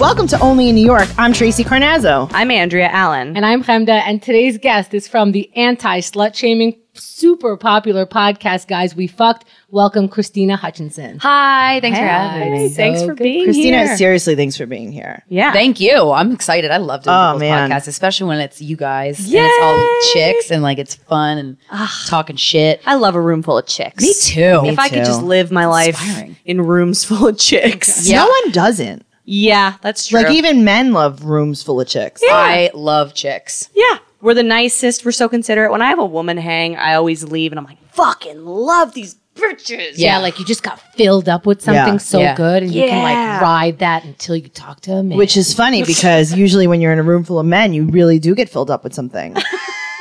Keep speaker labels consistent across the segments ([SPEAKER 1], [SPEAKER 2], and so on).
[SPEAKER 1] Welcome to Only in New York. I'm Tracy Carnazzo.
[SPEAKER 2] I'm Andrea Allen.
[SPEAKER 3] And I'm Chemda, and today's guest is from the anti slut shaming, super popular podcast, Guys We Fucked. Welcome, Christina Hutchinson.
[SPEAKER 4] Hi, thanks for having me.
[SPEAKER 2] Thanks for being
[SPEAKER 1] Christina,
[SPEAKER 2] here.
[SPEAKER 1] seriously, thanks for being here.
[SPEAKER 2] yeah.
[SPEAKER 4] Thank you. I'm excited. I love doing
[SPEAKER 1] Oh,
[SPEAKER 4] people's
[SPEAKER 1] man.
[SPEAKER 4] podcasts, especially when it's you guys and it's all chicks and like it's fun and talking shit.
[SPEAKER 2] I love a room full of chicks.
[SPEAKER 4] Me too.
[SPEAKER 2] If I could just live my life
[SPEAKER 4] Inspiring.
[SPEAKER 2] in rooms full of chicks.
[SPEAKER 4] Yeah.
[SPEAKER 1] No one doesn't.
[SPEAKER 2] Yeah, that's true.
[SPEAKER 1] Like, even men love rooms full of chicks.
[SPEAKER 4] I love chicks.
[SPEAKER 2] yeah. We're the nicest. We're so considerate. When I have a woman hang, I always leave and I'm like, fucking love these bitches.
[SPEAKER 3] Yeah, like you just got filled up with something
[SPEAKER 1] Yeah.
[SPEAKER 3] so
[SPEAKER 4] Yeah.
[SPEAKER 3] good, and you can
[SPEAKER 2] Yeah.
[SPEAKER 3] like ride that until you talk to him.
[SPEAKER 1] Which is funny because usually when you're in a room full of men, you really do get filled up with something.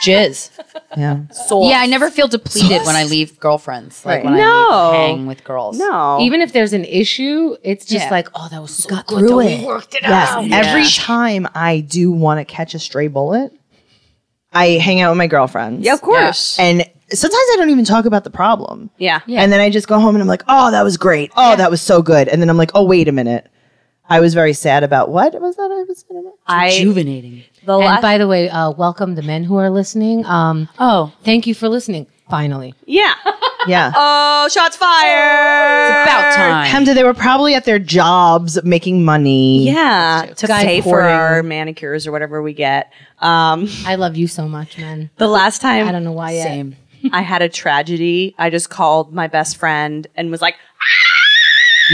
[SPEAKER 4] Jizz.
[SPEAKER 1] Yeah.
[SPEAKER 4] Yeah, I never feel depleted when I leave girlfriends. Like when I
[SPEAKER 2] No.
[SPEAKER 4] leave, hang with girls.
[SPEAKER 2] No.
[SPEAKER 3] even if there's an issue, it's just
[SPEAKER 4] Yeah.
[SPEAKER 3] like, oh, that was so got good.
[SPEAKER 1] through
[SPEAKER 3] that
[SPEAKER 1] it.
[SPEAKER 3] We worked it
[SPEAKER 1] Yes.
[SPEAKER 3] out.
[SPEAKER 1] Every time I do want to catch a stray bullet, I hang out with my girlfriends.
[SPEAKER 2] yeah, of course.
[SPEAKER 1] And sometimes I don't even talk about the problem.
[SPEAKER 2] Yeah.
[SPEAKER 1] And then I just go home and I'm like, oh, that was great. Oh, that was so good. And then I'm like, oh, wait a minute. I was very sad about what was that I was sad about?
[SPEAKER 2] I,
[SPEAKER 4] Rejuvenating.
[SPEAKER 2] the
[SPEAKER 3] And
[SPEAKER 2] last,
[SPEAKER 3] by the way, uh, welcome the men who are listening. Um,
[SPEAKER 4] Oh.
[SPEAKER 3] thank you for listening. Finally,
[SPEAKER 2] yeah.
[SPEAKER 1] Yeah.
[SPEAKER 2] Oh, shots fired. It's
[SPEAKER 4] About time.
[SPEAKER 1] Hemda, they were probably at their jobs making money.
[SPEAKER 2] Yeah, to
[SPEAKER 3] Guy
[SPEAKER 2] pay for
[SPEAKER 3] pouring.
[SPEAKER 2] our manicures or whatever we get. Um,
[SPEAKER 3] I love you so much, man.
[SPEAKER 2] the last time
[SPEAKER 3] I don't know why. yet.
[SPEAKER 4] Same.
[SPEAKER 2] I had a tragedy. I just called my best friend and was like, "Ah!"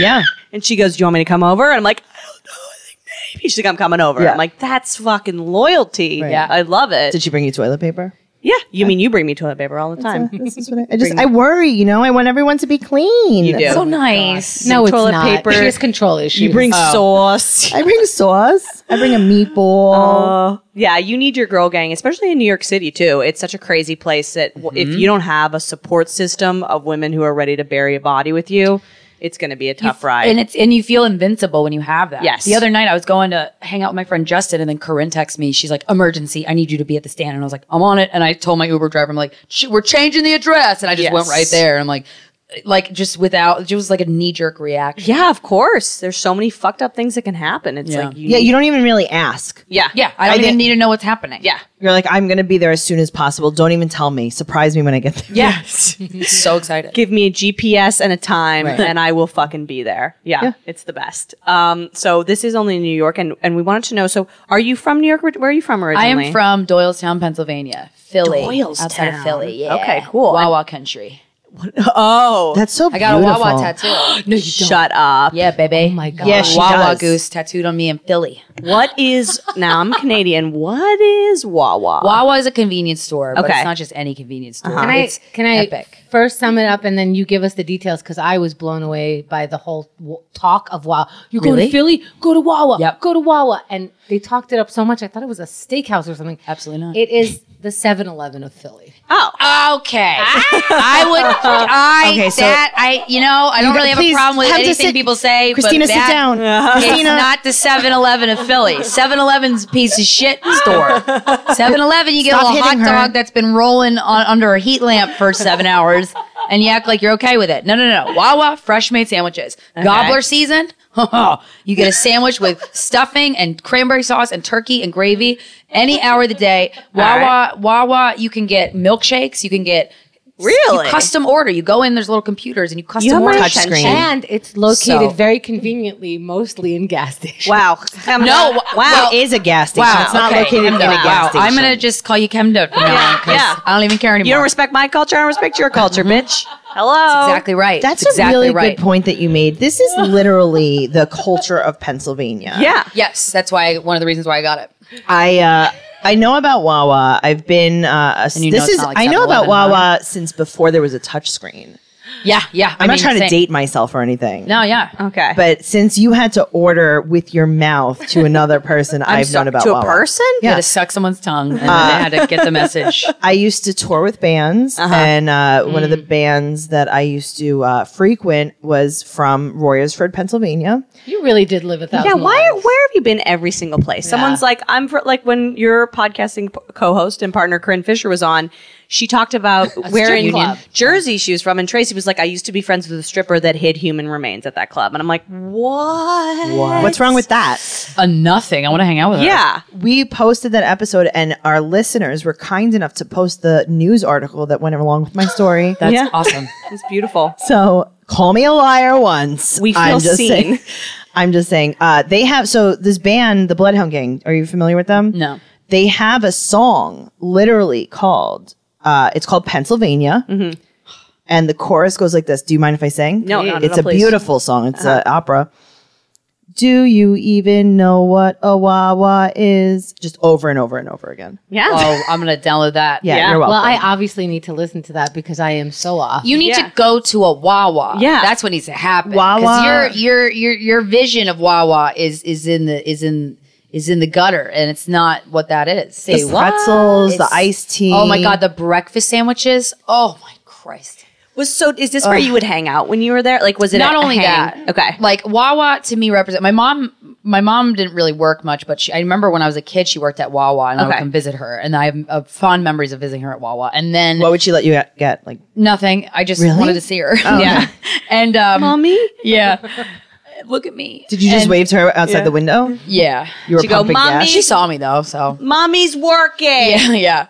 [SPEAKER 1] Yeah.
[SPEAKER 2] and she goes, "Do you want me to come over?" And I'm like, "I don't know. I think maybe." She's like, "I'm coming over."
[SPEAKER 1] Yeah.
[SPEAKER 2] I'm like, "That's fucking loyalty.
[SPEAKER 1] Right.
[SPEAKER 2] Yeah, I love it."
[SPEAKER 1] Did she bring you toilet paper?
[SPEAKER 2] yeah, you mean you bring me toilet paper all the time?
[SPEAKER 1] This is what I, I just I worry, you know, I want everyone to be clean.
[SPEAKER 2] You do.
[SPEAKER 4] So nice.
[SPEAKER 3] No, it's
[SPEAKER 2] toilet
[SPEAKER 3] not.
[SPEAKER 2] paper.
[SPEAKER 3] She has control issues.
[SPEAKER 2] you bring sauce.
[SPEAKER 1] I bring sauce. I bring a meatball.
[SPEAKER 2] Oh, yeah, you need your girl gang, especially in New York City too. It's such a crazy place that w if you don't have a support system of women who are ready to bury a body with you, it's going to be a tough ride.
[SPEAKER 4] And it's and you feel invincible when you have that.
[SPEAKER 2] Yes.
[SPEAKER 4] The other night I was going to hang out with my friend Justin, and then Corinne texts me. She's like, "Emergency! I need you to be at the stand." And I was like, "I'm on it." And I told my Uber driver, "I'm like, "Ch- we're changing the address," and I just
[SPEAKER 2] Yes.
[SPEAKER 4] went right there. And I'm like, like just without, just was like a knee jerk reaction.
[SPEAKER 2] yeah, of course. There's so many fucked up things that can happen. It's
[SPEAKER 4] Yeah.
[SPEAKER 2] like you
[SPEAKER 1] yeah,
[SPEAKER 2] need-
[SPEAKER 1] you don't even really ask.
[SPEAKER 2] yeah,
[SPEAKER 4] Yeah. I don't even need to know what's happening.
[SPEAKER 2] yeah.
[SPEAKER 1] You're like, I'm gonna be there as soon as possible. Don't even tell me. Surprise me when I get there.
[SPEAKER 4] Yes. so excited.
[SPEAKER 2] give me a GPS and a time
[SPEAKER 4] Right.
[SPEAKER 2] and I will fucking be there. Yeah, it's the best. Um, so this is only in New York and, and we wanted to know. So are you from New York? Where are you from
[SPEAKER 4] I
[SPEAKER 2] originally?
[SPEAKER 4] am from Doylestown, Pennsylvania, Philly, outside
[SPEAKER 2] Doylestown.
[SPEAKER 4] of Philly. Yeah.
[SPEAKER 2] Okay, cool.
[SPEAKER 4] Wawa country.
[SPEAKER 2] Oh,
[SPEAKER 1] That's so
[SPEAKER 4] I got a
[SPEAKER 1] beautiful.
[SPEAKER 4] Wawa tattoo.
[SPEAKER 2] no, you shut up.
[SPEAKER 4] yeah, baby. Oh
[SPEAKER 3] my God.
[SPEAKER 1] Yeah, she
[SPEAKER 4] Wawa
[SPEAKER 1] does.
[SPEAKER 4] goose tattooed on me in Philly.
[SPEAKER 2] What is now? I'm Canadian. What is Wawa?
[SPEAKER 4] Wawa is a convenience store, but
[SPEAKER 2] Okay.
[SPEAKER 4] it's not just any convenience store.
[SPEAKER 3] Can I,
[SPEAKER 4] It's
[SPEAKER 3] can I
[SPEAKER 4] epic.
[SPEAKER 3] first sum it up and then you give us the details? Because I was blown away by the whole w- talk of Wawa. You go
[SPEAKER 4] Really?
[SPEAKER 3] to Philly, go to Wawa,
[SPEAKER 4] Yep.
[SPEAKER 3] go to Wawa. And they talked it up so much, I thought it was a steakhouse or something.
[SPEAKER 4] Absolutely not.
[SPEAKER 3] It is the 7 Eleven of Philly.
[SPEAKER 2] Oh,
[SPEAKER 4] Okay, I would. I
[SPEAKER 1] Okay, so-
[SPEAKER 4] that I you know I don't really have a
[SPEAKER 1] please
[SPEAKER 4] problem with
[SPEAKER 1] have to
[SPEAKER 4] anything
[SPEAKER 1] sit-
[SPEAKER 4] people say.
[SPEAKER 1] Christina,
[SPEAKER 4] but
[SPEAKER 1] sit
[SPEAKER 4] that-
[SPEAKER 1] down.
[SPEAKER 4] It's
[SPEAKER 1] Christina,
[SPEAKER 4] not the 7-Eleven of Philly. 7-Eleven's a piece of shit store. 7-Eleven, you get
[SPEAKER 1] Stop
[SPEAKER 4] a little hot
[SPEAKER 1] hitting her.
[SPEAKER 4] dog that's been rolling on under a heat lamp for seven hours, and you act like you're okay with it. No, no, no. Wawa fresh made sandwiches. Gobbler season. you get a sandwich with stuffing and cranberry sauce and turkey and gravy any hour of the day. Wawa, Wawa, you can get milkshakes. You can get
[SPEAKER 2] Really?
[SPEAKER 4] you custom order. You go in, there's little computers, and you custom
[SPEAKER 2] You have my
[SPEAKER 4] order.
[SPEAKER 1] touch screen.
[SPEAKER 3] And it's located
[SPEAKER 4] So-
[SPEAKER 3] very conveniently, mostly in gas stations.
[SPEAKER 2] wow. Um, wow.
[SPEAKER 4] No, wa- well,
[SPEAKER 1] It is a gas station.
[SPEAKER 4] Wow,
[SPEAKER 1] It's not
[SPEAKER 4] okay.
[SPEAKER 1] located in a
[SPEAKER 2] Wow.
[SPEAKER 1] gas
[SPEAKER 4] Wow,
[SPEAKER 1] station.
[SPEAKER 4] I'm gonna just call you Chemda from now on 'cause
[SPEAKER 2] Yeah.
[SPEAKER 4] I don't even care anymore.
[SPEAKER 2] You don't respect my culture. I don't respect your culture, bitch. Hello.
[SPEAKER 4] exactly right.
[SPEAKER 1] That's
[SPEAKER 4] It's exactly
[SPEAKER 1] a really
[SPEAKER 4] right.
[SPEAKER 1] good point that you made. This is literally the culture of Pennsylvania.
[SPEAKER 2] Yeah.
[SPEAKER 4] Yes, that's why one of the reasons why I got it.
[SPEAKER 1] I uh, I know about Wawa. I've been uh, a-
[SPEAKER 4] you know
[SPEAKER 1] this
[SPEAKER 4] it's
[SPEAKER 1] is
[SPEAKER 4] not like
[SPEAKER 1] I know about
[SPEAKER 4] 7-Eleven, huh?
[SPEAKER 1] Wawa since before there was a touch screen.
[SPEAKER 4] Yeah, yeah.
[SPEAKER 1] I'm not trying to date myself or anything.
[SPEAKER 4] No, yeah.
[SPEAKER 2] Okay.
[SPEAKER 1] But since you had to order with your mouth to another person,
[SPEAKER 4] I'm
[SPEAKER 1] I've
[SPEAKER 4] so-
[SPEAKER 1] known about
[SPEAKER 2] to a
[SPEAKER 1] Wawa.
[SPEAKER 2] person?
[SPEAKER 4] You had
[SPEAKER 1] Yeah.
[SPEAKER 4] to suck someone's tongue and then they
[SPEAKER 1] Uh.
[SPEAKER 4] had to get the message.
[SPEAKER 1] I used to tour with bands,
[SPEAKER 4] Uh-huh.
[SPEAKER 1] and uh, one of the
[SPEAKER 4] Mm.
[SPEAKER 1] bands that I used to uh, frequent was from Royersford, Pennsylvania.
[SPEAKER 3] You really did live a thousand.
[SPEAKER 2] Yeah, why?
[SPEAKER 3] lives.
[SPEAKER 2] Where have you been every single place? Someone's like, I'm for, like when your podcasting p- co-host and partner Corinne Fisher was on, she talked about where in
[SPEAKER 3] club.
[SPEAKER 2] Jersey she was from, and Tracy was like, I used to be friends with a stripper that hid human remains at that club, and I'm like, what?
[SPEAKER 1] What's wrong with that?
[SPEAKER 4] A Uh, nothing. I want to hang out with her.
[SPEAKER 2] Yeah,
[SPEAKER 1] We posted that episode, and our listeners were kind enough to post the news article that went along with my story.
[SPEAKER 4] That's
[SPEAKER 2] Yeah.
[SPEAKER 4] awesome.
[SPEAKER 2] it's beautiful.
[SPEAKER 1] so call me a liar once.
[SPEAKER 2] We feel
[SPEAKER 1] I'm just
[SPEAKER 2] seen.
[SPEAKER 1] Saying, I'm just saying. Uh, they have so this band, the Bloodhound Gang. Are you familiar with them?
[SPEAKER 4] No.
[SPEAKER 1] They have a song literally called. Uh, it's called Pennsylvania. And the chorus goes like this. Do you mind if I sing?
[SPEAKER 2] No, not at
[SPEAKER 1] It's
[SPEAKER 2] all,
[SPEAKER 1] a
[SPEAKER 2] please.
[SPEAKER 1] beautiful song. It's an opera. Do you even know what a wawa is? Just over and over and over again.
[SPEAKER 2] Yeah,
[SPEAKER 4] Oh, I'm gonna download that.
[SPEAKER 1] Yeah,
[SPEAKER 2] Yeah.
[SPEAKER 1] you're welcome.
[SPEAKER 3] Well, I obviously need to listen to that because I am so off.
[SPEAKER 4] You need
[SPEAKER 2] Yeah.
[SPEAKER 4] to go to a Wawa.
[SPEAKER 2] Yeah.
[SPEAKER 4] that's what needs to happen. 'Cause
[SPEAKER 1] Wawa.
[SPEAKER 4] Your your your your vision of Wawa is is in the is in is in the gutter, and it's not what that is. Say
[SPEAKER 1] the
[SPEAKER 4] what?
[SPEAKER 1] pretzels, the
[SPEAKER 4] It's-
[SPEAKER 1] iced tea.
[SPEAKER 4] Oh my god, the breakfast sandwiches. Oh my Christ.
[SPEAKER 2] was so. Is this where you would hang out when you were there? Like, was it
[SPEAKER 4] Not
[SPEAKER 2] a- a
[SPEAKER 4] only
[SPEAKER 2] hang?
[SPEAKER 4] that,
[SPEAKER 2] Okay.
[SPEAKER 4] Like Wawa to me represent my mom. My mom didn't really work much, but she, I remember when I was a kid, she worked at Wawa, and I would
[SPEAKER 2] Okay.
[SPEAKER 4] come visit her, and I have uh, fond memories of visiting her at Wawa. And then
[SPEAKER 1] What would she let you get? Like
[SPEAKER 4] nothing, I just
[SPEAKER 1] Really? Oh.
[SPEAKER 4] wanted to see her. yeah, and um,
[SPEAKER 2] Mommy,
[SPEAKER 4] yeah, look at me.
[SPEAKER 1] Did you just
[SPEAKER 4] And-
[SPEAKER 1] wave to her outside the window?
[SPEAKER 4] Yeah,
[SPEAKER 1] You were
[SPEAKER 2] She go,
[SPEAKER 1] pumping
[SPEAKER 2] "Mommy."
[SPEAKER 1] gas.
[SPEAKER 4] she saw me though, so
[SPEAKER 2] mommy's working.
[SPEAKER 4] yeah, yeah.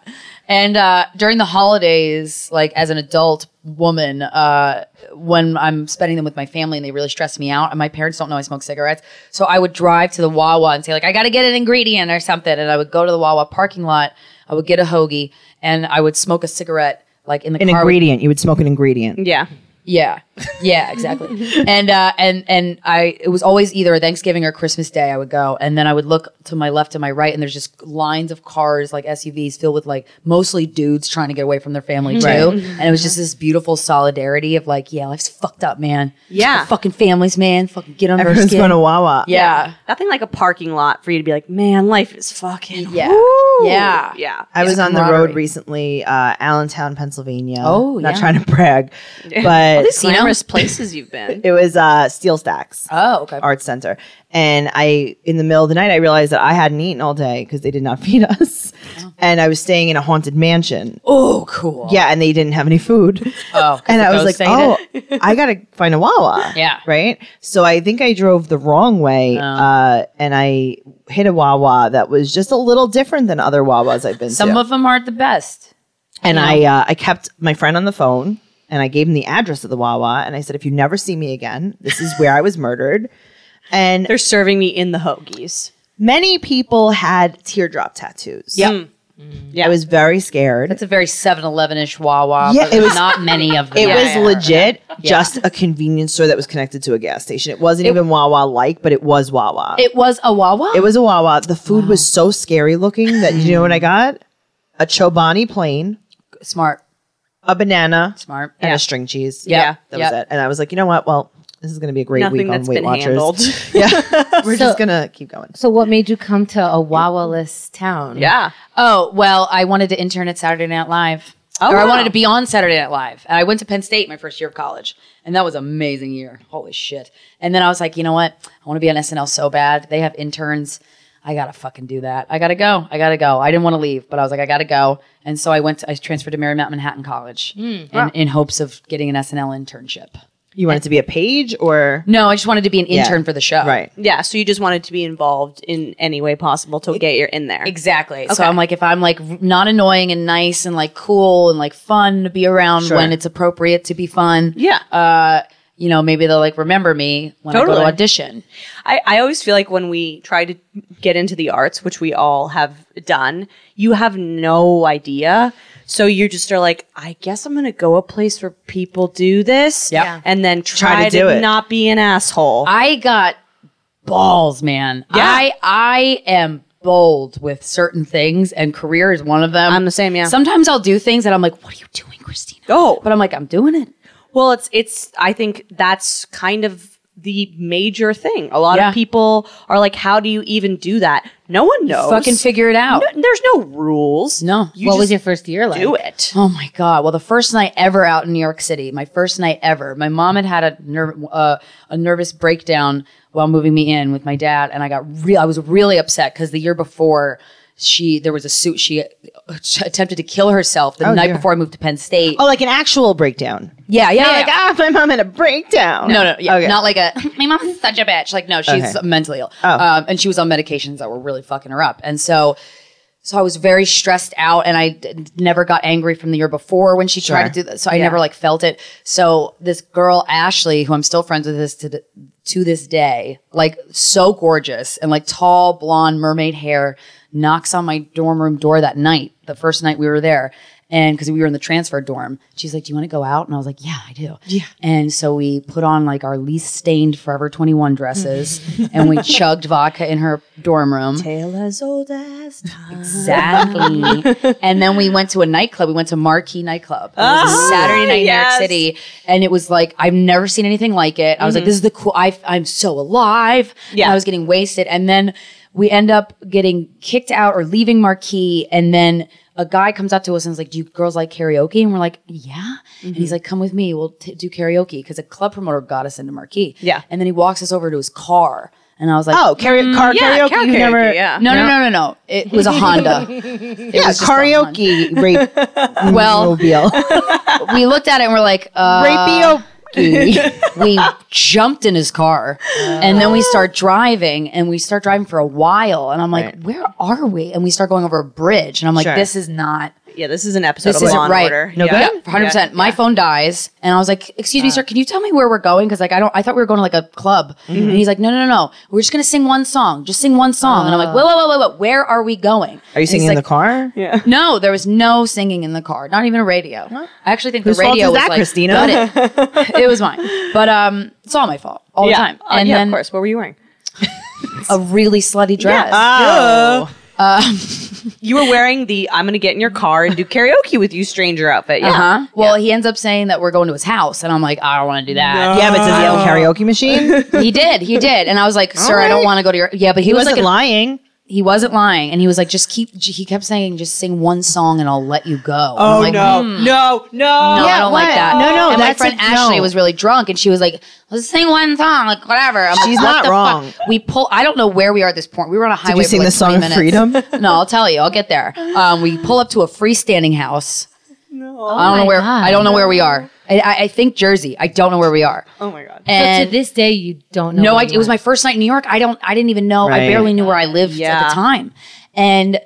[SPEAKER 4] And uh, during the holidays, like as an adult woman, uh, when I'm spending them with my family and they really stress me out, and my parents don't know I smoke cigarettes, so I would drive to the Wawa and say like, I got to get an ingredient or something, and I would go to the Wawa parking lot, I would get a hoagie, and I would smoke a cigarette like in the
[SPEAKER 1] An
[SPEAKER 4] car. with-
[SPEAKER 1] ingredient. You would smoke an ingredient.
[SPEAKER 2] yeah.
[SPEAKER 4] yeah, yeah, exactly. and uh, and and I it was always either Thanksgiving or Christmas Day. I would go, and then I would look to my left and my right, and there's just lines of cars like SUVs filled with like mostly dudes trying to get away from their family too. And it was just this beautiful solidarity of like, yeah, life's fucked up, man.
[SPEAKER 2] Yeah.
[SPEAKER 4] fucking families, man. Fucking get on
[SPEAKER 1] Everyone's
[SPEAKER 4] skin.
[SPEAKER 1] going to Wawa.
[SPEAKER 4] yeah.
[SPEAKER 2] Nothing like a parking lot for you to be like, man, life is fucking.
[SPEAKER 4] Yeah.
[SPEAKER 2] woo."
[SPEAKER 4] Yeah.
[SPEAKER 2] Yeah.
[SPEAKER 1] I was on the
[SPEAKER 4] camaraderie.
[SPEAKER 1] road recently, uh, Allentown, Pennsylvania.
[SPEAKER 4] Oh,
[SPEAKER 1] not
[SPEAKER 4] yeah.
[SPEAKER 1] trying to brag, but
[SPEAKER 2] These glamorous places you've been.
[SPEAKER 1] it was uh, Steel Stacks
[SPEAKER 4] Oh, okay.
[SPEAKER 1] Arts Center, and I in the middle of the night I realized that I hadn't eaten all day because they did not feed us, and I was staying in a haunted mansion.
[SPEAKER 4] Oh, cool.
[SPEAKER 1] Yeah, and they didn't have any food.
[SPEAKER 4] Oh, 'cause
[SPEAKER 1] and
[SPEAKER 4] the
[SPEAKER 1] I was like,
[SPEAKER 4] ghost ate
[SPEAKER 1] oh,
[SPEAKER 4] it?
[SPEAKER 1] I gotta find a Wawa.
[SPEAKER 4] Yeah. Oh.
[SPEAKER 1] right. So I think I drove the wrong way, uh, and I hit a Wawa that was just a little different than other Wawas I've been
[SPEAKER 4] Some
[SPEAKER 1] to.
[SPEAKER 4] of them aren't the best.
[SPEAKER 1] and I, uh, I kept my friend on the phone, and I gave him the address of the Wawa, and I said, if you never see me again, this is where I was murdered. And
[SPEAKER 2] They're serving me in the hoagies.
[SPEAKER 1] many people had teardrop tattoos. Yeah,
[SPEAKER 2] Mm. Yeah.
[SPEAKER 1] I was very scared.
[SPEAKER 4] It's a very 7-Eleven-ish Wawa.
[SPEAKER 1] Yeah,
[SPEAKER 4] but
[SPEAKER 1] it
[SPEAKER 4] there's
[SPEAKER 1] was-
[SPEAKER 4] not many of them.
[SPEAKER 1] It was legit just a convenience store that was connected to a gas station. It wasn't even Wawa like, but it was Wawa. It,
[SPEAKER 4] It was a Wawa.
[SPEAKER 1] was a Wawa. The food was so scary looking that you know what I got? A Chobani plain,
[SPEAKER 4] smart,
[SPEAKER 1] a banana,
[SPEAKER 4] smart.
[SPEAKER 1] and a string cheese.
[SPEAKER 4] Yeah.
[SPEAKER 1] That
[SPEAKER 4] Yep.
[SPEAKER 1] was it. And I was like, you know what? Well, this is going to be a great
[SPEAKER 2] Nothing
[SPEAKER 1] week on
[SPEAKER 2] that's
[SPEAKER 1] Weight
[SPEAKER 2] been
[SPEAKER 1] Watchers.
[SPEAKER 2] handled.
[SPEAKER 1] Yeah. We're just going to keep going.
[SPEAKER 3] So, what made you come to a Wawa-less town?
[SPEAKER 2] Yeah.
[SPEAKER 4] Oh, well, I wanted to intern at Saturday Night Live. or I
[SPEAKER 2] wow.
[SPEAKER 4] wanted to be on Saturday Night Live. And I went to Penn State my first year of college. And that was an amazing year. Holy shit. And then I was like, you know what? I want to be on SNL so bad. They have interns. I got to fucking do that. I got to go. I got to go. I didn't want to leave, but I was like, I got to go. And so I went, to, I transferred to Marymount Manhattan College in, in hopes of getting an SNL internship.
[SPEAKER 1] You want it to be a page or?
[SPEAKER 4] No, I just wanted to be an intern for the show.
[SPEAKER 1] Right.
[SPEAKER 2] Yeah. So you just wanted to be involved in any way possible to get you in there.
[SPEAKER 4] Exactly. So I'm like, if I'm like r- not annoying and nice and like cool and like fun to be around when it's appropriate to be fun, uh,
[SPEAKER 2] Yeah.
[SPEAKER 4] you know, maybe they'll like remember me when I go
[SPEAKER 2] Totally.
[SPEAKER 4] to audition.
[SPEAKER 2] I, I always feel like when we try to get into the arts, which we all have done, you have no idea. So you just are like, I guess I'm going to go a place where people do this
[SPEAKER 4] Yep. Yeah.
[SPEAKER 2] and then try,
[SPEAKER 1] to
[SPEAKER 2] to,
[SPEAKER 1] do it.
[SPEAKER 2] not be an asshole.
[SPEAKER 4] I got balls, man.
[SPEAKER 2] Yeah.
[SPEAKER 4] I I am bold with certain things and career is one of them.
[SPEAKER 2] I'm the same, yeah.
[SPEAKER 4] Sometimes I'll do things that I'm like, what are you doing, Christina?
[SPEAKER 2] Oh.
[SPEAKER 4] But I'm like, I'm doing it.
[SPEAKER 2] Well, it's it's I think that's kind of the major thing. A lot
[SPEAKER 4] Yeah.
[SPEAKER 2] of people are like, how do you even do that? No one knows.
[SPEAKER 4] Fucking figure it out.
[SPEAKER 2] No- there's no rules.
[SPEAKER 4] No.
[SPEAKER 2] You
[SPEAKER 3] what
[SPEAKER 2] just
[SPEAKER 3] was your first year like?
[SPEAKER 2] do it.
[SPEAKER 4] Oh my god! Well, the first night ever out in New York City, my first night ever. My mom had had a ner- uh, a nervous breakdown while moving me in with my dad, and I got real. I was really upset because the year before, she there was a suit she uh, attempted to kill herself the night before I moved to Penn State.
[SPEAKER 1] Oh, like an actual breakdown.
[SPEAKER 4] yeah, yeah,
[SPEAKER 1] Like, ah, my mom had a breakdown.
[SPEAKER 4] No, no, yeah,
[SPEAKER 1] Okay.
[SPEAKER 4] not like a. My mom's such a bitch. Like, no, she's
[SPEAKER 1] Okay. Oh.
[SPEAKER 4] mentally ill, um, and she was on medications that were really fucking her up. And so, so I was very stressed out, and I d- never got angry from the year before when she tried to do that. So I never like felt it. So this girl Ashley, who I'm still friends with, this to th- to this day, like so gorgeous and like tall, blonde, mermaid hair, knocks on my dorm room door that night, the first night we were there. And because we were in the transfer dorm, she's like, Do you want to go out? And I was like, Yeah, I do. Yeah. And so we put on like our least stained Forever 21 dresses and we chugged vodka in her dorm room. Exactly. and then we went to a nightclub. We went to Marquee Nightclub. It was a Saturday night in New York City. And it was like, I've never seen anything like it. I was like, this is the cool, I, I'm so alive. Yeah. I was getting wasted. And then we end up getting kicked out or leaving Marquee. And then a guy comes up to us and is like, do you girls like karaoke? And we're like, yeah. And he's like, come with me. We'll t- do karaoke. Cause a club promoter got us into Marquee.
[SPEAKER 2] Yeah.
[SPEAKER 4] And then he walks us over to his car. And I was like,
[SPEAKER 1] Oh, karaoke, car karaoke. you
[SPEAKER 2] karaoke,
[SPEAKER 1] never,
[SPEAKER 2] yeah.
[SPEAKER 4] no, no, no, no, no. It was a Honda. It
[SPEAKER 1] yeah,
[SPEAKER 4] was just a Honda.
[SPEAKER 1] karaoke rape
[SPEAKER 4] Well,
[SPEAKER 1] mobile.
[SPEAKER 4] we looked at it and we're like, uh,
[SPEAKER 1] Rapio.
[SPEAKER 4] we jumped in his car and then we start driving and we start driving for a while. And I'm like,
[SPEAKER 1] Right.
[SPEAKER 4] where are we? And we start going over a bridge. And I'm like,
[SPEAKER 1] Sure.
[SPEAKER 4] this is not,
[SPEAKER 2] Yeah, this is an episode
[SPEAKER 4] this
[SPEAKER 2] of Law
[SPEAKER 4] isn't
[SPEAKER 2] and
[SPEAKER 4] right.
[SPEAKER 2] Order.
[SPEAKER 1] No
[SPEAKER 2] yeah.
[SPEAKER 1] good?
[SPEAKER 4] 100%. My phone dies. And I was like, excuse me, sir, can you tell me where we're going? Cause like, I don't, I thought we were going to like a club. And he's like, no, no, no, no. We're just going to sing one song. Just sing one song. and I'm like, whoa, whoa, whoa, whoa, whoa. Where are we going?
[SPEAKER 1] Are you singing in the car?
[SPEAKER 2] Yeah.
[SPEAKER 4] No, there was no singing in the car. Not even a radio. I actually think
[SPEAKER 1] Whose
[SPEAKER 4] the
[SPEAKER 1] fault
[SPEAKER 4] radio
[SPEAKER 1] is
[SPEAKER 4] was
[SPEAKER 1] that,
[SPEAKER 4] like,
[SPEAKER 1] Christina?
[SPEAKER 4] "Gut it. it was mine, but um, it's all my fault all
[SPEAKER 2] Yeah.
[SPEAKER 4] the time.
[SPEAKER 2] Uh,
[SPEAKER 4] And
[SPEAKER 2] yeah,
[SPEAKER 4] then
[SPEAKER 2] of course. What were you wearing?
[SPEAKER 4] a really slutty dress.
[SPEAKER 1] Oh.
[SPEAKER 2] You were wearing the I'm going to get in your car and do karaoke with you stranger outfit. Yeah.
[SPEAKER 4] Huh? Uh-huh. Well, he ends up saying that we're going to his house, and I'm like, I don't want to do that.
[SPEAKER 1] Yeah, but does he Uh, have a karaoke machine? He,
[SPEAKER 4] he did, he did, and I was like, sir, I don't want to go to your. Yeah, but he, was
[SPEAKER 1] wasn't
[SPEAKER 4] like, a-
[SPEAKER 1] lying.
[SPEAKER 4] he wasn't lying, and he was like, just keep. He kept saying, just sing one song, and I'll let you go.
[SPEAKER 1] Oh,
[SPEAKER 4] And I'm like,
[SPEAKER 2] no, no.
[SPEAKER 4] Oh, Hmm. No, I
[SPEAKER 1] Yeah,
[SPEAKER 4] don't like
[SPEAKER 1] what?
[SPEAKER 4] that.
[SPEAKER 1] No, no,
[SPEAKER 4] And my
[SPEAKER 1] that's
[SPEAKER 4] friend
[SPEAKER 1] a-
[SPEAKER 4] Ashley
[SPEAKER 1] no.
[SPEAKER 4] was really drunk, and she was like, "Let's sing one song, like whatever." I'm
[SPEAKER 1] She's not
[SPEAKER 4] like, what the fuck?
[SPEAKER 1] wrong.
[SPEAKER 4] We pull. I don't know where we are at this point. We were on a highway.
[SPEAKER 1] you sing
[SPEAKER 4] for like
[SPEAKER 1] the song
[SPEAKER 4] 20 minutes.
[SPEAKER 1] Freedom?
[SPEAKER 4] no, I'll tell you. I'll get there. Um, we pull up to a freestanding house. No, I don't know where. I don't know where we are. I, I, I think Jersey. I don't know where we are.
[SPEAKER 2] Oh my god.
[SPEAKER 3] But to
[SPEAKER 4] And
[SPEAKER 3] this day, you don't know.
[SPEAKER 4] no,
[SPEAKER 3] where
[SPEAKER 4] I,
[SPEAKER 3] you
[SPEAKER 4] it was
[SPEAKER 3] went.
[SPEAKER 4] my first night in New York. I don't. I didn't even know. I
[SPEAKER 1] Right.
[SPEAKER 4] barely knew where I lived at
[SPEAKER 2] Yeah.
[SPEAKER 4] the time. And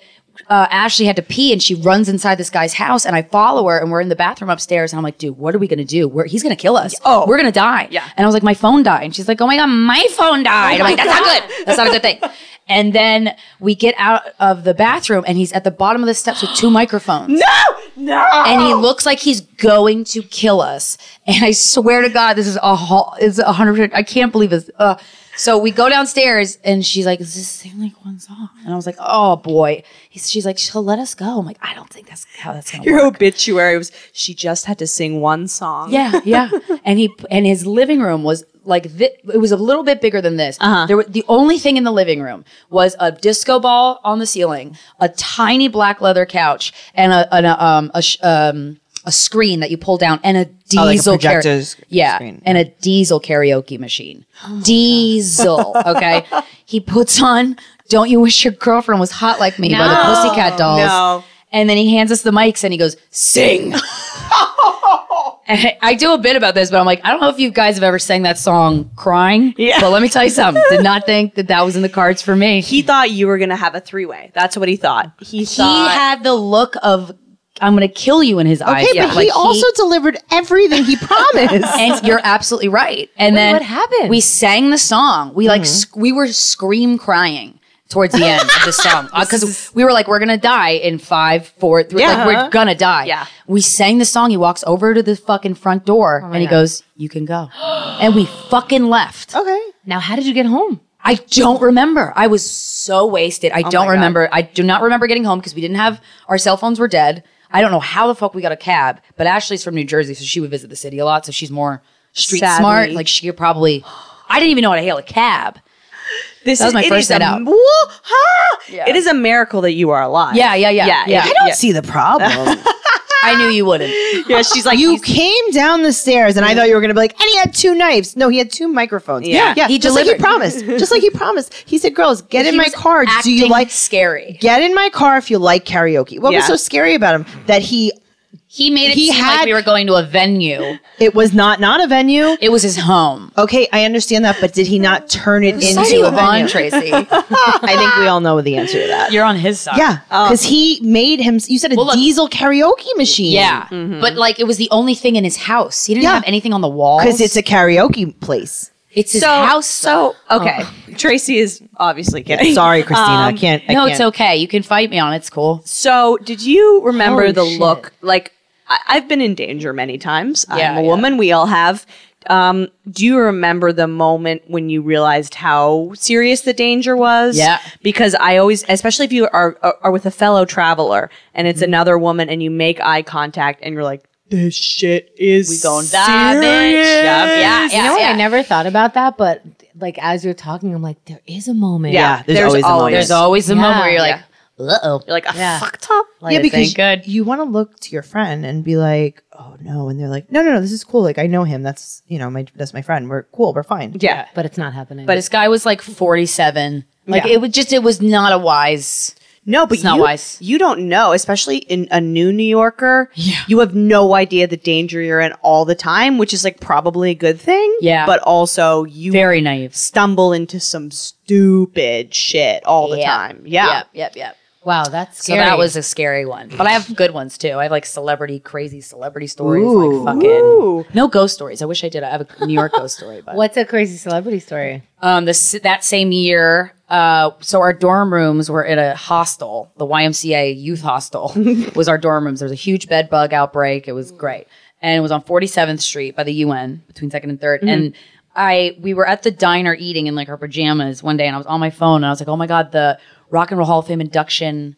[SPEAKER 4] uh, Ashley had to pee, and she runs inside this guy's house, and I follow her, and we're in the bathroom upstairs, and I'm like, "Dude, what are we gonna do? We're, he's gonna kill us. Oh, we're gonna die." Yeah. And I was like, "My phone died," and she's like, "Oh my god, my phone died." I'm like, "That's not good. That's not a good thing." And then we get out of the bathroom, and he's at the bottom of the steps with two microphones. No, no. And he looks like he's going to kill us. And I swear to God, this is a hall. Is a hundred. percent- I can't believe this. Uh, so we go downstairs and she's like, Is this sing like one song? And I was like, Oh boy. He's, she's like, She'll let us go. I'm like, I don't think that's how that's gonna
[SPEAKER 2] Your
[SPEAKER 4] work.
[SPEAKER 2] obituary was she just had to sing one song.
[SPEAKER 4] Yeah, yeah. and he and his living room was like thi- it was a little bit bigger than this. Uh-huh. There were, the only thing in the living room was a disco ball on the ceiling, a tiny black leather couch, and a and a um a sh- um a screen that you pull down and a diesel
[SPEAKER 1] Oh, like a
[SPEAKER 4] kara-
[SPEAKER 1] projector's
[SPEAKER 4] yeah
[SPEAKER 1] screen.
[SPEAKER 4] and a diesel karaoke machine diesel okay he puts on don't you wish your girlfriend was hot like me by the pussycat dolls
[SPEAKER 2] no.
[SPEAKER 4] and then he hands us the mics and he goes sing and I do a bit about this, but I'm like, I don't know if you guys have ever sang that song crying.
[SPEAKER 2] Yeah.
[SPEAKER 4] But let me tell you something. Did not think that that was in the cards for me.
[SPEAKER 2] He thought you were going to have a three way. That's what he thought. He,
[SPEAKER 4] He
[SPEAKER 2] thought.
[SPEAKER 4] had the look of I'm gonna kill you in his eyes.
[SPEAKER 1] Okay, but he also delivered everything he promised.
[SPEAKER 4] and you're absolutely right. And then
[SPEAKER 3] what happened? Mm-hmm.
[SPEAKER 4] We sang the song. We like sc- we were scream crying towards the end of the song because we were like, we're gonna die in five, four, three. Like we're gonna die.
[SPEAKER 2] Yeah.
[SPEAKER 4] We sang the song. He walks over to the fucking front
[SPEAKER 3] Oh
[SPEAKER 4] door and he goes, "You can go," and we fucking left.
[SPEAKER 1] okay.
[SPEAKER 3] Now, how did you get home?
[SPEAKER 4] I don't remember. I
[SPEAKER 1] Oh
[SPEAKER 4] was so wasted. I don't remember. I do not remember getting home because we didn't have our cell phones were dead. I don't know how the fuck we got a cab, but Ashley's from New Jersey, so she would visit the city a lot. So she's more street
[SPEAKER 2] Savvy.
[SPEAKER 4] smart. Like she could probably. I didn't even know how to hail a cab.
[SPEAKER 2] This
[SPEAKER 4] That was
[SPEAKER 2] is-
[SPEAKER 4] my
[SPEAKER 2] it
[SPEAKER 4] first
[SPEAKER 2] is
[SPEAKER 4] set
[SPEAKER 2] a,
[SPEAKER 4] out.
[SPEAKER 2] Woo- ha! It is a miracle that you are alive.
[SPEAKER 4] Yeah, yeah, yeah,
[SPEAKER 2] yeah.
[SPEAKER 4] yeah.
[SPEAKER 2] it-
[SPEAKER 1] I don't see the problem.
[SPEAKER 4] I knew you wouldn't.
[SPEAKER 2] yeah, she's like
[SPEAKER 1] you
[SPEAKER 2] he's-
[SPEAKER 1] came down the stairs, and I thought you were going to be like, and he had two knives. No, he had two microphones.
[SPEAKER 2] Yeah.
[SPEAKER 1] yeah.
[SPEAKER 4] He
[SPEAKER 1] just like he
[SPEAKER 4] delivered.
[SPEAKER 1] promised. Just like he promised. He said, "Girls, get in
[SPEAKER 4] He
[SPEAKER 1] my
[SPEAKER 4] was
[SPEAKER 1] car. Do you
[SPEAKER 4] acting
[SPEAKER 1] like
[SPEAKER 4] scary?
[SPEAKER 1] Get in my car if you like karaoke." What was
[SPEAKER 2] Yeah.
[SPEAKER 1] so scary about him that he
[SPEAKER 4] He made it
[SPEAKER 1] He
[SPEAKER 4] seem like
[SPEAKER 1] had-
[SPEAKER 4] we were going to a venue.
[SPEAKER 1] it was not not a venue.
[SPEAKER 4] It was his home.
[SPEAKER 1] Okay, I understand that, but did he not turn it into
[SPEAKER 4] Into
[SPEAKER 1] a venue?
[SPEAKER 4] Tracy.
[SPEAKER 1] I think we all know the answer to that.
[SPEAKER 4] You're on his side.
[SPEAKER 1] Yeah, because he made him. You said a
[SPEAKER 4] Oh. look-
[SPEAKER 1] diesel karaoke machine.
[SPEAKER 4] Yeah. But like it was the only thing in his house. He didn't
[SPEAKER 1] Mm-hmm. Yeah.
[SPEAKER 4] have anything on the walls.
[SPEAKER 1] because it's a karaoke place.
[SPEAKER 4] it's his house. So
[SPEAKER 2] okay. Oh." Tracy is obviously kidding. Um,
[SPEAKER 1] Sorry, Christina, I can't. I
[SPEAKER 4] Um, No,
[SPEAKER 1] can't.
[SPEAKER 4] it's okay. You can fight me on it. It's cool.
[SPEAKER 2] So, did you remember
[SPEAKER 1] Holy
[SPEAKER 2] the
[SPEAKER 1] shit.
[SPEAKER 2] look? Like, I, I've been in danger many times.
[SPEAKER 4] Yeah,
[SPEAKER 2] I'm a
[SPEAKER 4] yeah.
[SPEAKER 2] woman. We all have. Um, do you remember the moment when you realized how serious the danger was?
[SPEAKER 4] Yeah.
[SPEAKER 2] Because I always, especially if you are are, are with a fellow traveler and it's another woman and you make eye contact and you're like, this shit is we
[SPEAKER 4] Don't die, bitch. Yeah, Ah, yeah,
[SPEAKER 3] You know what? I
[SPEAKER 4] yeah.
[SPEAKER 3] never thought about that, but like as you're talking, I'm like, there is a moment.
[SPEAKER 1] Yeah, there's,
[SPEAKER 2] There's
[SPEAKER 1] always,
[SPEAKER 2] always-
[SPEAKER 1] a
[SPEAKER 4] There's
[SPEAKER 1] moment.
[SPEAKER 4] always the moment where you're
[SPEAKER 2] Yeah.
[SPEAKER 4] like, uh oh.
[SPEAKER 2] You're like, I
[SPEAKER 4] Yeah.
[SPEAKER 2] fucked up.
[SPEAKER 1] yeah, because
[SPEAKER 4] good.
[SPEAKER 1] you want to look to your friend and be like, "Oh no," and they're like, "No, no, no, this is cool. Like I know him. That's you know, my that's my friend. We're cool. We're fine."
[SPEAKER 2] Yeah.
[SPEAKER 3] But it's not happening.
[SPEAKER 4] But this guy was like 47. Like it was just, it was not a wise.
[SPEAKER 2] No, but
[SPEAKER 4] It's not
[SPEAKER 2] you,
[SPEAKER 4] wise.
[SPEAKER 2] you don't know, especially in a new New Yorker. You have no idea the danger you're in all the time, which is like probably a good thing.
[SPEAKER 4] Yeah.
[SPEAKER 2] But also you
[SPEAKER 4] Very naive.
[SPEAKER 2] stumble into some stupid shit all the
[SPEAKER 4] Yeah.
[SPEAKER 2] time. Yeah.
[SPEAKER 4] Yep, yep, yep.
[SPEAKER 3] wow, that's
[SPEAKER 4] So
[SPEAKER 3] scary.
[SPEAKER 4] that was a scary one. But I have good ones too. I have like celebrity, crazy celebrity stories.
[SPEAKER 1] Ooh.
[SPEAKER 4] Like fucking.
[SPEAKER 2] Ooh.
[SPEAKER 4] No ghost stories. I wish I did. I have a New York ghost story. But
[SPEAKER 3] What's a crazy celebrity story?
[SPEAKER 4] um, this that same year, uh, so our dorm rooms were at a hostel. The YMCA youth hostel was our dorm rooms. There was a huge bed bug outbreak. It was great, and it was on 47th Street by the UN between Second and 3rd And I we were at the diner eating in like our pajamas one day, and I was on my phone, and I was like, "Oh my god, the Rock and Roll Hall of Fame induction."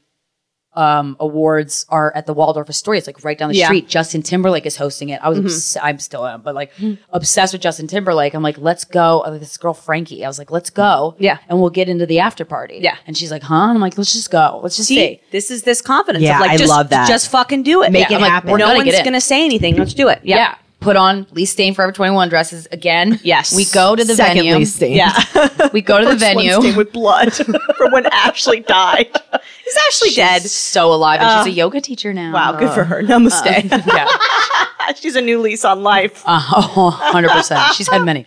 [SPEAKER 4] um, awards are at the Waldorf Astoria. It's like right down the
[SPEAKER 2] Yeah.
[SPEAKER 4] street. Justin Timberlake is hosting it. I
[SPEAKER 2] Mm-hmm.
[SPEAKER 4] was, obs- I'm still am, but like obsessed with Justin Timberlake. I'm like, let's go. Uh, This girl Frankie. I was like, let's go.
[SPEAKER 2] Yeah.
[SPEAKER 4] and we'll get into the after party.
[SPEAKER 2] Yeah.
[SPEAKER 4] and she's like, huh? And I'm like, let's just go. Let's just
[SPEAKER 2] See,
[SPEAKER 4] see.
[SPEAKER 2] this is this confidence.
[SPEAKER 1] Yeah,
[SPEAKER 2] of like,
[SPEAKER 1] I
[SPEAKER 2] just,
[SPEAKER 1] love that.
[SPEAKER 2] Just fucking do it.
[SPEAKER 1] Make it
[SPEAKER 2] like,
[SPEAKER 1] happen.
[SPEAKER 2] we're
[SPEAKER 4] We're
[SPEAKER 2] No
[SPEAKER 4] gonna
[SPEAKER 2] one's
[SPEAKER 4] get in.
[SPEAKER 2] going to say anything. Let's do it.
[SPEAKER 4] Yeah.
[SPEAKER 2] Yeah.
[SPEAKER 4] Put on Lee Stain Forever 21 dresses again.
[SPEAKER 2] Yes.
[SPEAKER 4] We go to the
[SPEAKER 1] Second
[SPEAKER 4] venue.
[SPEAKER 1] least thing.
[SPEAKER 2] Yeah.
[SPEAKER 4] We go to the
[SPEAKER 2] First one
[SPEAKER 4] venue.
[SPEAKER 2] stain with blood from when Ashley died. Is Ashley dead?
[SPEAKER 4] So alive. And she's a yoga teacher now.
[SPEAKER 2] Uh, Wow, good for her. Namaste.
[SPEAKER 4] yeah.
[SPEAKER 2] She's a new lease on life.
[SPEAKER 4] Uh, oh, 100%. She's had many.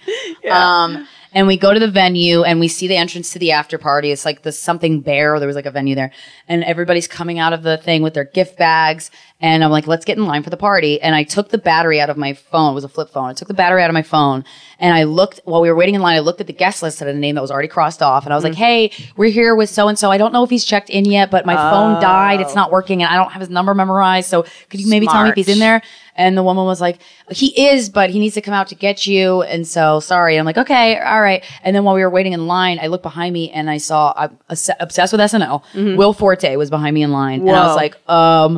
[SPEAKER 4] Um, and we go to the venue and we see the entrance to the after party. It's like the something bear. There was like a venue there. And everybody's coming out of the thing with their gift bags. And I'm like, let's get in line for the party. And I took the battery out of my phone. It was a flip phone. I took the battery out of my phone and I looked while we were waiting in line. I looked at the guest list at a name that was already crossed off. And I was like, hey, we're here with so and so. I don't know if he's checked in yet, but my
[SPEAKER 2] Oh.
[SPEAKER 4] phone died. It's not working and I don't have his number memorized. So could you maybe tell me if he's in
[SPEAKER 2] Smart.
[SPEAKER 4] there? there. And the woman was like, he is, but he needs to come out to get you. And so, sorry. I'm like, okay, all right. And then while we were waiting in line, I looked behind me and I saw, I'm obs- obsessed with SNL. Will Forte was behind me in line. And I was
[SPEAKER 2] Mm-hmm. Whoa.
[SPEAKER 4] like, um,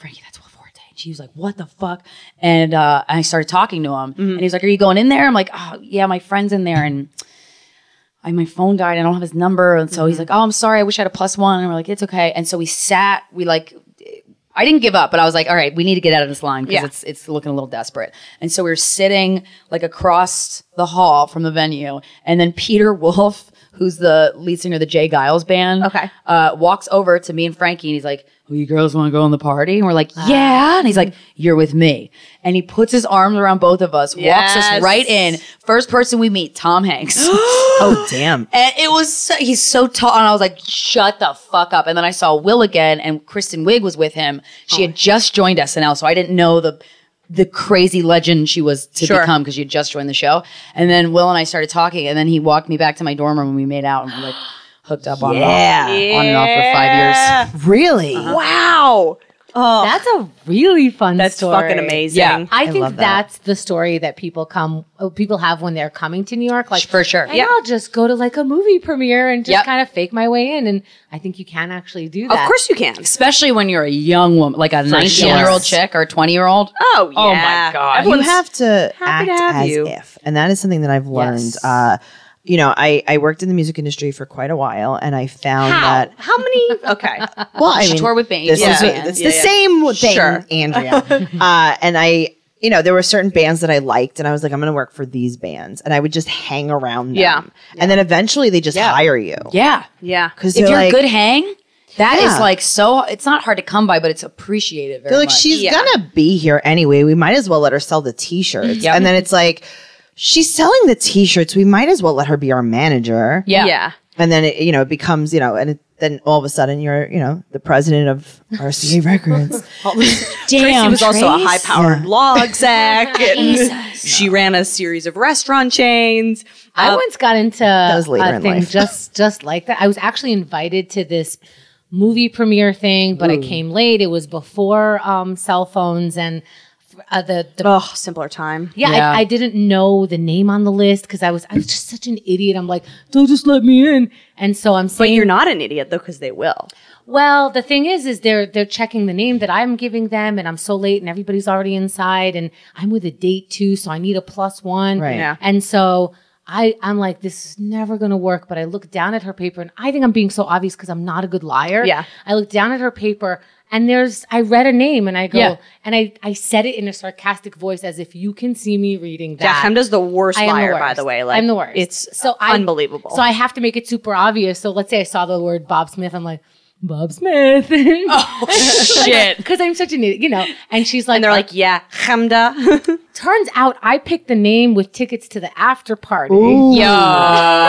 [SPEAKER 4] Frankie, that's Will Forte. And she was like, what the fuck? And uh, I started talking to him.
[SPEAKER 2] Mm-hmm.
[SPEAKER 4] And he was like, are you going in there? I'm like, oh, yeah, my friend's in there. And I, my phone died. I don't have his number. And so he's
[SPEAKER 2] Mm-hmm.
[SPEAKER 4] like, oh, I'm sorry. I wish I had a plus one. And we're like, it's okay. And so we sat, we like, I didn't give up, but I was like, all right, we need to get out of this line because
[SPEAKER 2] Yeah.
[SPEAKER 4] it's it's looking a little desperate. And so we were sitting like across the hall from the venue, and then Peter Wolf, who's the lead singer of the Jay Giles band,
[SPEAKER 2] Okay.
[SPEAKER 4] uh, walks over to me and Frankie, and he's like, "Oh, you girls want to go on the party?" And we're like,
[SPEAKER 2] Ah.
[SPEAKER 4] "Yeah," and he's like, "You're with me," and he puts his arms around both of us, walks
[SPEAKER 2] Yes.
[SPEAKER 4] us right in. First person we meet, Tom Hanks.
[SPEAKER 1] Oh damn.
[SPEAKER 4] And it was so, he's so tall, and I was like, "Shut the fuck up!" And then I saw Will again, and Kristen Wiig was with him. She had just joined SNL, so I didn't know the the crazy legend she was to
[SPEAKER 2] Sure.
[SPEAKER 4] become because she had just joined the show. And then Will and I started talking, and then he walked me back to my dorm room, and we made out, and we like hooked up on and off,
[SPEAKER 1] Yeah.
[SPEAKER 2] Uh-huh.
[SPEAKER 4] on and off for five years.
[SPEAKER 1] Really?
[SPEAKER 2] Wow.
[SPEAKER 3] Oh. That's a really fun
[SPEAKER 2] That's
[SPEAKER 3] story.
[SPEAKER 2] fucking amazing.
[SPEAKER 4] Yeah.
[SPEAKER 3] I,
[SPEAKER 1] I
[SPEAKER 3] think
[SPEAKER 1] love that.
[SPEAKER 3] that's the story that people come oh, people have when they're coming to New York. Like
[SPEAKER 4] For sure.
[SPEAKER 3] yeah.
[SPEAKER 4] Yeah.
[SPEAKER 3] I'll just go to like a movie premiere and just
[SPEAKER 4] Yep.
[SPEAKER 3] kind of fake my way in. And I think you can actually do
[SPEAKER 2] Of
[SPEAKER 3] that.
[SPEAKER 2] course you can.
[SPEAKER 4] Especially when you're a young woman, like a 19 year old
[SPEAKER 3] sure.
[SPEAKER 4] chick or 20 year old.
[SPEAKER 2] Oh, yeah.
[SPEAKER 4] Oh, my God.
[SPEAKER 1] you
[SPEAKER 2] Everyone's-
[SPEAKER 1] have to act
[SPEAKER 2] happy to have
[SPEAKER 1] as
[SPEAKER 2] you.
[SPEAKER 1] if, and that is something that I've learned.
[SPEAKER 3] Yes.
[SPEAKER 1] Uh, you know, I, I worked in the music industry for quite a while, and I found
[SPEAKER 2] how?
[SPEAKER 1] that
[SPEAKER 2] How many? Okay.
[SPEAKER 1] well, I
[SPEAKER 4] She
[SPEAKER 1] mean,
[SPEAKER 4] toured with bands.
[SPEAKER 1] This
[SPEAKER 4] Yeah.
[SPEAKER 1] is
[SPEAKER 2] Yeah.
[SPEAKER 1] it's
[SPEAKER 2] Yeah,
[SPEAKER 1] the
[SPEAKER 2] yeah.
[SPEAKER 1] same thing,
[SPEAKER 2] Sure.
[SPEAKER 1] Andrea. uh, and I, you know, there were certain bands that I liked, and I was like, I'm going to work for these bands, and I would just hang around them.
[SPEAKER 2] Yeah.
[SPEAKER 1] and then eventually they just hire you
[SPEAKER 4] Yeah.
[SPEAKER 2] Yeah.
[SPEAKER 1] because
[SPEAKER 4] If
[SPEAKER 1] they're
[SPEAKER 4] you're
[SPEAKER 1] like,
[SPEAKER 4] a good hang, that is
[SPEAKER 1] Yeah.
[SPEAKER 4] like so, it's not hard to come by, but it's appreciated very
[SPEAKER 1] They're like,
[SPEAKER 4] much.
[SPEAKER 1] she's
[SPEAKER 2] Yeah.
[SPEAKER 1] gonna be here anyway. We might as well let her sell the t-shirts. And then it's like, she's selling the t-shirts. We might as well let her be our manager.
[SPEAKER 4] yeah.
[SPEAKER 2] Yeah.
[SPEAKER 1] And then it, you know, it becomes, you know, and it, then all of a sudden you're, you know, the president of RCA Records.
[SPEAKER 2] Tracy was also a high powered log exec. and she ran a series of restaurant chains.
[SPEAKER 3] I once got into
[SPEAKER 1] Uh, was later
[SPEAKER 3] a
[SPEAKER 1] in
[SPEAKER 3] thing
[SPEAKER 1] life.
[SPEAKER 3] just just like that. I was actually invited to this movie premiere thing, but I came late. It was before um, cell phones and uh, the the
[SPEAKER 2] Oh, simpler time.
[SPEAKER 3] Yeah,
[SPEAKER 4] Yeah.
[SPEAKER 3] I, I didn't know the name on the list because I was I was just such an idiot. I'm like, they'll just let me in, and so I'm
[SPEAKER 2] But
[SPEAKER 3] saying,
[SPEAKER 2] you're not an idiot though, because they will.
[SPEAKER 3] well, the thing is, is they're they're checking the name that I'm giving them, and I'm so late, and everybody's already inside, and I'm with a date too, so I need a plus one,
[SPEAKER 1] Right. Yeah.
[SPEAKER 3] And so I I'm like, this is never gonna work. But I look down at her paper, and I think I'm being so obvious because I'm not a good liar.
[SPEAKER 2] Yeah.
[SPEAKER 3] I look down at her paper. And there's, I read a name and I go,
[SPEAKER 4] Yeah.
[SPEAKER 3] and I, I said it in a sarcastic voice as if you can see me reading that.
[SPEAKER 2] Jack does the worst
[SPEAKER 3] I am the
[SPEAKER 2] liar, by
[SPEAKER 3] worst.
[SPEAKER 2] the way. Like
[SPEAKER 3] I'm the worst.
[SPEAKER 2] It's
[SPEAKER 3] So
[SPEAKER 2] so
[SPEAKER 3] I-
[SPEAKER 2] unbelievable.
[SPEAKER 3] So I have to make it super obvious. So let's say I saw the word Bob Smith, I'm like, Bob Smith. Oh shit. Because I'm such an idiot, you know. And she's like,
[SPEAKER 2] and they're like, yeah, Hamda.
[SPEAKER 3] turns out I picked the name with tickets to the after party.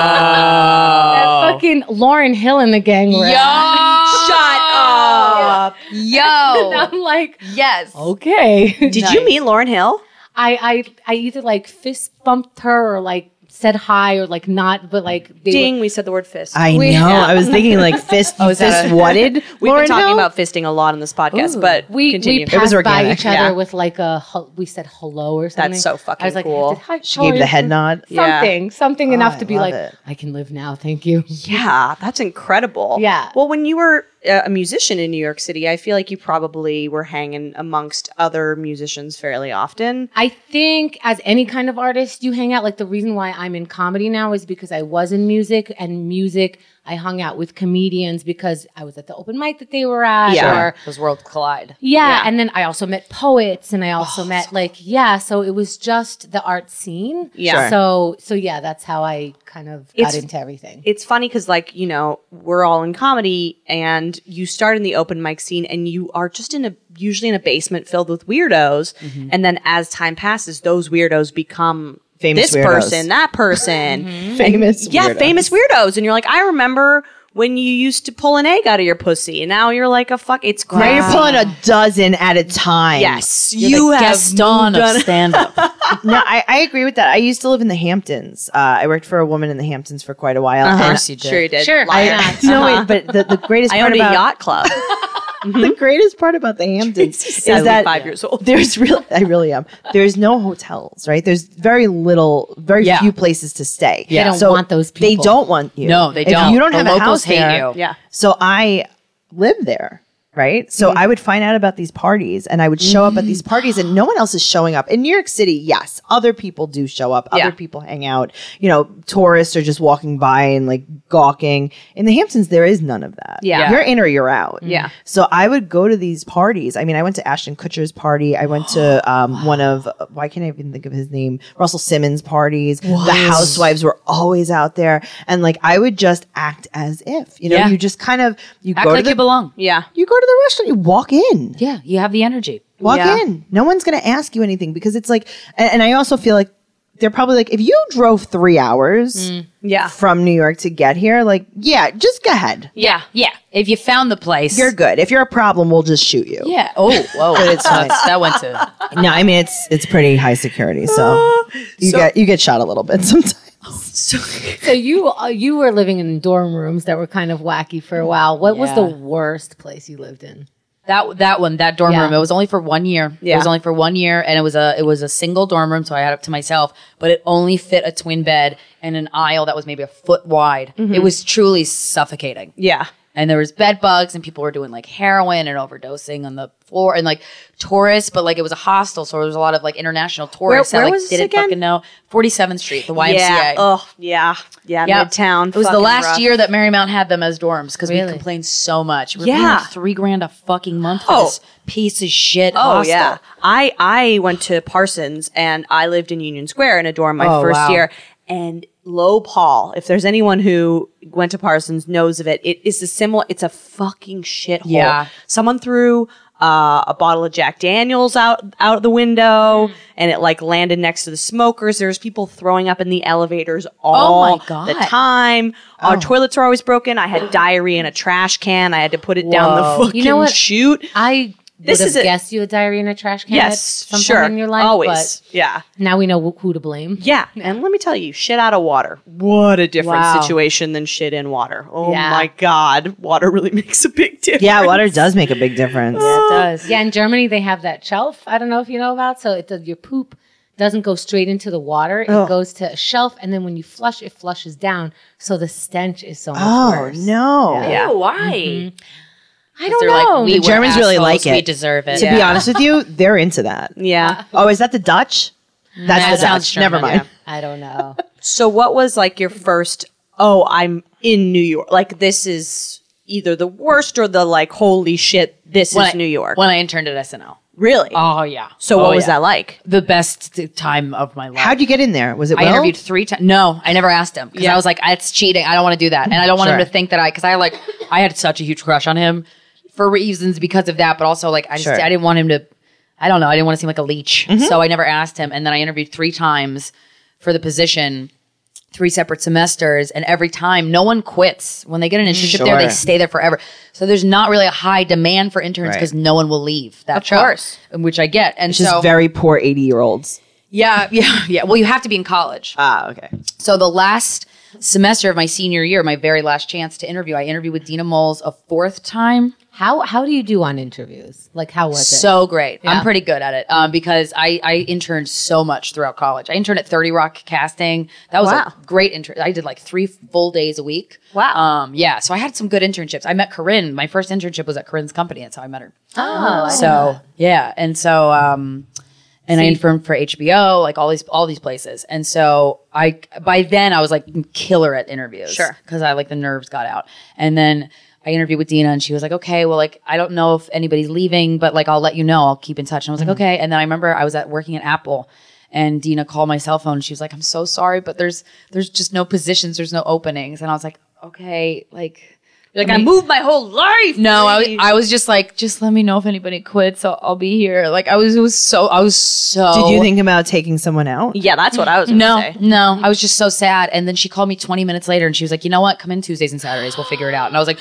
[SPEAKER 3] That
[SPEAKER 2] Oh.
[SPEAKER 3] fucking Lauren Hill and the gang were at.
[SPEAKER 2] Shut up.
[SPEAKER 4] Yo.
[SPEAKER 3] And I'm like,
[SPEAKER 4] Yes.
[SPEAKER 3] okay.
[SPEAKER 2] Did you meet Lauren Hill?
[SPEAKER 3] I, I I either like fist bumped her or like said hi or like not, but like they
[SPEAKER 2] Ding, we said the word fist.
[SPEAKER 1] I know. I was thinking like fist, fist whatted.
[SPEAKER 2] We've
[SPEAKER 1] Lauren
[SPEAKER 2] been talking
[SPEAKER 1] Hill?
[SPEAKER 2] about fisting a lot on this podcast, but
[SPEAKER 3] We
[SPEAKER 2] continue.
[SPEAKER 3] we passed by
[SPEAKER 1] organic.
[SPEAKER 3] each other
[SPEAKER 2] Yeah.
[SPEAKER 3] with like a hel- we said hello or something.
[SPEAKER 2] so
[SPEAKER 3] I was
[SPEAKER 2] fucking
[SPEAKER 3] like,
[SPEAKER 2] cool.
[SPEAKER 3] Hi,
[SPEAKER 1] She
[SPEAKER 3] how
[SPEAKER 1] gave
[SPEAKER 3] are
[SPEAKER 1] the
[SPEAKER 3] you?"
[SPEAKER 1] head nod.
[SPEAKER 2] Yeah.
[SPEAKER 3] Something, something enough
[SPEAKER 1] Oh, I
[SPEAKER 3] to be
[SPEAKER 1] love
[SPEAKER 3] like,
[SPEAKER 1] it.
[SPEAKER 3] I can live now, thank you.
[SPEAKER 2] Yeah, that's incredible.
[SPEAKER 3] Yeah.
[SPEAKER 2] Well, when you were uh, a musician in New York City, I feel like you probably were hanging amongst other musicians fairly often.
[SPEAKER 3] I think as any kind of artist, you hang out. Like the reason why I'm in comedy now is because I was in music and music. I hung out with comedians because I was at the open mic that they were at,
[SPEAKER 2] Yeah.
[SPEAKER 3] or
[SPEAKER 4] Those worlds collide.
[SPEAKER 3] Yeah, and then I also met poets, and I
[SPEAKER 1] Oh,
[SPEAKER 3] also met like yeah. So it was just the art scene.
[SPEAKER 2] Yeah. Sure.
[SPEAKER 3] So so yeah, that's how I kind of got
[SPEAKER 2] It's-
[SPEAKER 3] into everything.
[SPEAKER 2] It's funny because, like, you know, we're all in comedy and you start in the open mic scene and you are just in a usually in a basement filled with weirdos.
[SPEAKER 1] Mm-hmm.
[SPEAKER 2] And then as time passes, those weirdos become
[SPEAKER 1] Famous
[SPEAKER 2] this
[SPEAKER 1] weirdos. Mm-hmm.
[SPEAKER 2] person, that person.
[SPEAKER 1] Famous.
[SPEAKER 2] Yeah,
[SPEAKER 1] weirdo.
[SPEAKER 2] famous weirdos. And you're like, I remember when you used to pull an egg out of your pussy and now you're like a fuck. It's
[SPEAKER 1] Now
[SPEAKER 2] crazy.
[SPEAKER 1] you're pulling a dozen at a time.
[SPEAKER 2] Yes,
[SPEAKER 4] You have Gaston
[SPEAKER 2] moved on.
[SPEAKER 4] of stand up.
[SPEAKER 1] No, I, I agree with that. I used to live in the Hamptons. Uh, I worked for a woman in the Hamptons for quite a while. And
[SPEAKER 4] you
[SPEAKER 2] Uh-huh. Sure, you did. Uh-huh.
[SPEAKER 3] why
[SPEAKER 1] I,
[SPEAKER 3] not?
[SPEAKER 1] no, wait, but the, the greatest
[SPEAKER 2] I
[SPEAKER 1] part
[SPEAKER 2] owned a
[SPEAKER 1] about
[SPEAKER 2] yacht club.
[SPEAKER 1] the greatest part about the Hamptons is
[SPEAKER 2] I was
[SPEAKER 1] that
[SPEAKER 2] five years old.
[SPEAKER 1] There's real, I really am. There's no hotels, right? There's very little, very
[SPEAKER 4] Yeah.
[SPEAKER 1] few places to stay.
[SPEAKER 4] Yeah. They
[SPEAKER 3] don't want those
[SPEAKER 1] They
[SPEAKER 3] people.
[SPEAKER 1] don't want you.
[SPEAKER 4] No, they
[SPEAKER 1] If
[SPEAKER 4] don't.
[SPEAKER 1] You don't
[SPEAKER 4] The
[SPEAKER 1] have a house
[SPEAKER 4] locals hate
[SPEAKER 1] there.
[SPEAKER 4] you.
[SPEAKER 2] Yeah.
[SPEAKER 1] So I live there. Right. So
[SPEAKER 4] Mm-hmm.
[SPEAKER 1] I would find out about these parties and I would show up at these parties and no one else is showing up. In New York City, yes, other people do show up. Other
[SPEAKER 2] Yeah.
[SPEAKER 1] people hang out. You know, tourists are just walking by and like gawking. In the Hamptons, there is none of that.
[SPEAKER 2] Yeah.
[SPEAKER 1] You're in or you're out.
[SPEAKER 2] Yeah.
[SPEAKER 1] So I would go to these parties. I mean, I went to Ashton Kutcher's party. I went to um, one of why can't I even think of his name? Russell Simmons parties. The housewives were always out there, and like I would just act as if you know,
[SPEAKER 4] Yeah.
[SPEAKER 1] you just kind of you
[SPEAKER 4] Act
[SPEAKER 1] go
[SPEAKER 4] like
[SPEAKER 1] to the.
[SPEAKER 4] you belong.
[SPEAKER 2] yeah.
[SPEAKER 1] You go to the restaurant, you walk in.
[SPEAKER 4] Yeah, you have the energy.
[SPEAKER 1] Walk
[SPEAKER 2] Yeah.
[SPEAKER 1] in. No one's going to ask you anything because it's like, and, and I also feel like they're probably like, if you drove three hours
[SPEAKER 4] Mm.
[SPEAKER 2] Yeah.
[SPEAKER 1] from New York to get here, like, yeah, just go ahead.
[SPEAKER 4] Yeah. Yeah. If you found the place.
[SPEAKER 1] You're good. If you're a problem, we'll just shoot you.
[SPEAKER 4] yeah. Oh, whoa.
[SPEAKER 1] it's fine.
[SPEAKER 4] That's- that went to.
[SPEAKER 1] No, I mean it's it's pretty high security, Ah, so you get you get shot a little bit sometimes.
[SPEAKER 3] So you uh, you were living in dorm rooms that were kind of wacky for a while. What was the worst place you lived in?
[SPEAKER 4] That that one, that dorm
[SPEAKER 3] Yeah.
[SPEAKER 4] room. It was only for one year. It
[SPEAKER 2] Yeah.
[SPEAKER 4] was only for one year, and it was a it was a single dorm room, so I had it to myself. But it only fit a twin bed and an aisle that was maybe a foot wide. It was truly suffocating
[SPEAKER 2] Mm-hmm. Yeah.
[SPEAKER 4] and there was bed bugs and people were doing like heroin and overdosing on the floor and like tourists, but like it was a hostel, so there was a lot of like international tourists
[SPEAKER 2] where
[SPEAKER 4] that like
[SPEAKER 2] was this
[SPEAKER 4] didn't
[SPEAKER 2] again?
[SPEAKER 4] fucking know. Forty seventh Street, the YMCA.
[SPEAKER 2] Yeah. Oh, yeah. Yeah.
[SPEAKER 4] Yeah.
[SPEAKER 2] Midtown.
[SPEAKER 4] It was the
[SPEAKER 2] Fucking
[SPEAKER 4] last
[SPEAKER 2] rough.
[SPEAKER 4] year that Marymount had them as dorms because we
[SPEAKER 3] Really?
[SPEAKER 4] complained so much. We were
[SPEAKER 2] Yeah.
[SPEAKER 4] paying like three grand a fucking month for
[SPEAKER 2] Oh.
[SPEAKER 4] this piece of shit.
[SPEAKER 2] Oh
[SPEAKER 4] hostel.
[SPEAKER 2] yeah, I I went to Parsons and I lived in Union Square in a dorm my
[SPEAKER 4] Oh,
[SPEAKER 2] first
[SPEAKER 4] wow.
[SPEAKER 2] year. And Low Paul, if there's anyone who went to Parsons knows of it, it is a similar. It's a fucking shithole.
[SPEAKER 4] Yeah.
[SPEAKER 2] someone threw. Uh, a bottle of Jack Daniels out out the window, and it like landed next to the smokers. There's people throwing up in the elevators all
[SPEAKER 4] my God.
[SPEAKER 2] the time. Our toilets were always broken. I had diarrhea in a trash can. I had to put it down the fucking
[SPEAKER 3] You know what?
[SPEAKER 2] chute.
[SPEAKER 3] I
[SPEAKER 2] This
[SPEAKER 3] would have
[SPEAKER 2] is a-
[SPEAKER 3] guessed you a diary in a trash can. at
[SPEAKER 2] Yes,
[SPEAKER 3] some
[SPEAKER 2] sure.
[SPEAKER 3] point in your life,
[SPEAKER 2] Always. yeah.
[SPEAKER 3] But now we know wh- who to blame.
[SPEAKER 2] Yeah. And let me tell you, shit out of water. What a different
[SPEAKER 3] Wow.
[SPEAKER 2] situation than shit in water. Oh
[SPEAKER 3] Yeah.
[SPEAKER 2] my God. Water really makes a big difference.
[SPEAKER 1] Yeah, water does make a big difference.
[SPEAKER 4] it does.
[SPEAKER 3] Yeah, in Germany they have that shelf. I don't know if you know about. So it does, your poop doesn't go straight into the water. It goes to a shelf, and then when you flush, it flushes down. So the stench is so much
[SPEAKER 1] Oh
[SPEAKER 3] worse.
[SPEAKER 1] no.
[SPEAKER 2] Yeah. Oh,
[SPEAKER 4] why?
[SPEAKER 3] I don't
[SPEAKER 4] Mm-hmm. They're
[SPEAKER 3] know.
[SPEAKER 4] like, we
[SPEAKER 1] The
[SPEAKER 4] were
[SPEAKER 1] Germans really like
[SPEAKER 4] assholes,
[SPEAKER 1] it.
[SPEAKER 4] We deserve it.
[SPEAKER 1] To be honest with you, they're into that.
[SPEAKER 2] Yeah.
[SPEAKER 1] Oh, is that the Dutch? That's the
[SPEAKER 4] sounds
[SPEAKER 1] Dutch. Never
[SPEAKER 4] German,
[SPEAKER 1] mind.
[SPEAKER 3] I don't know.
[SPEAKER 2] So, what was like your first, oh, I'm in New York? Like, this is either the worst or the like, holy shit, this
[SPEAKER 4] When
[SPEAKER 2] is
[SPEAKER 4] I-
[SPEAKER 2] New York.
[SPEAKER 4] When I interned at SNL.
[SPEAKER 2] really?
[SPEAKER 4] Oh yeah.
[SPEAKER 2] so,
[SPEAKER 4] Oh,
[SPEAKER 2] what was
[SPEAKER 4] yeah.
[SPEAKER 2] that like?
[SPEAKER 4] The best t- time of my life.
[SPEAKER 1] How'd you get in there? Was it
[SPEAKER 4] I
[SPEAKER 1] Will?
[SPEAKER 4] interviewed three times. No, I never asked him because I was like, "It's cheating. I don't want to do that," and I don't want him
[SPEAKER 1] Sure.
[SPEAKER 4] to think that I because I like I had such a huge crush on him for reasons because of that, but also like I just
[SPEAKER 1] Sure. Mm-hmm.
[SPEAKER 4] I didn't want him to. I don't know. I didn't want to seem like a leech, so I never asked him. And then I interviewed three times for the position, three separate semesters, and every time no one quits when they get an internship there, they
[SPEAKER 1] Sure.
[SPEAKER 4] stay there forever. So there's not really a high demand for interns
[SPEAKER 1] Right.
[SPEAKER 4] because no one will leave that job,
[SPEAKER 2] course.
[SPEAKER 4] which I get. And
[SPEAKER 1] Just
[SPEAKER 4] so
[SPEAKER 1] very poor 80 year olds.
[SPEAKER 4] yeah, yeah, yeah. Well, you have to be in college.
[SPEAKER 1] Ah, okay.
[SPEAKER 4] So the last semester of my senior year, my very last chance to interview, I interviewed with Dina Moles a fourth time.
[SPEAKER 3] How how do you do on interviews? Like how was it?
[SPEAKER 4] So great. I'm pretty good at it um, because I, I interned so much throughout college. I interned at 30 Rock Casting. That was
[SPEAKER 2] Wow.
[SPEAKER 4] a great intern. I did like three full days a week.
[SPEAKER 2] Wow.
[SPEAKER 4] Um, yeah. So I had some good internships. I met Corinne. My first internship was at Corinne's company. That's how I met her.
[SPEAKER 3] Oh,
[SPEAKER 4] So yeah, and so um, and I interned for HBO, like all these all these places, and so I by then I was like killer at interviews,
[SPEAKER 2] Sure.
[SPEAKER 4] because I like the nerves got out, and then. I interviewed with Dina and she was like, okay, well, like, I don't know if anybody's leaving, but like, I'll let you know. I'll keep in touch. And I was like, okay. And then I remember I was at working at Apple and Dina called my cell phone. and She was like, I'm so sorry, but there's, there's just no positions. There's no openings. And I was like, okay, like, like I moved my whole life. No, I was, I was just like, just let me know if anybody quits. I'll, I'll be here. Like I was, it was so, I was so.
[SPEAKER 1] Did you think about taking someone out?
[SPEAKER 2] Yeah, that's what I was going to
[SPEAKER 4] No,
[SPEAKER 2] say.
[SPEAKER 4] no. I was just so sad. And then she called me 20 minutes later and she was like, you know what? Come in Tuesdays and Saturdays. We'll figure it out. And I was like,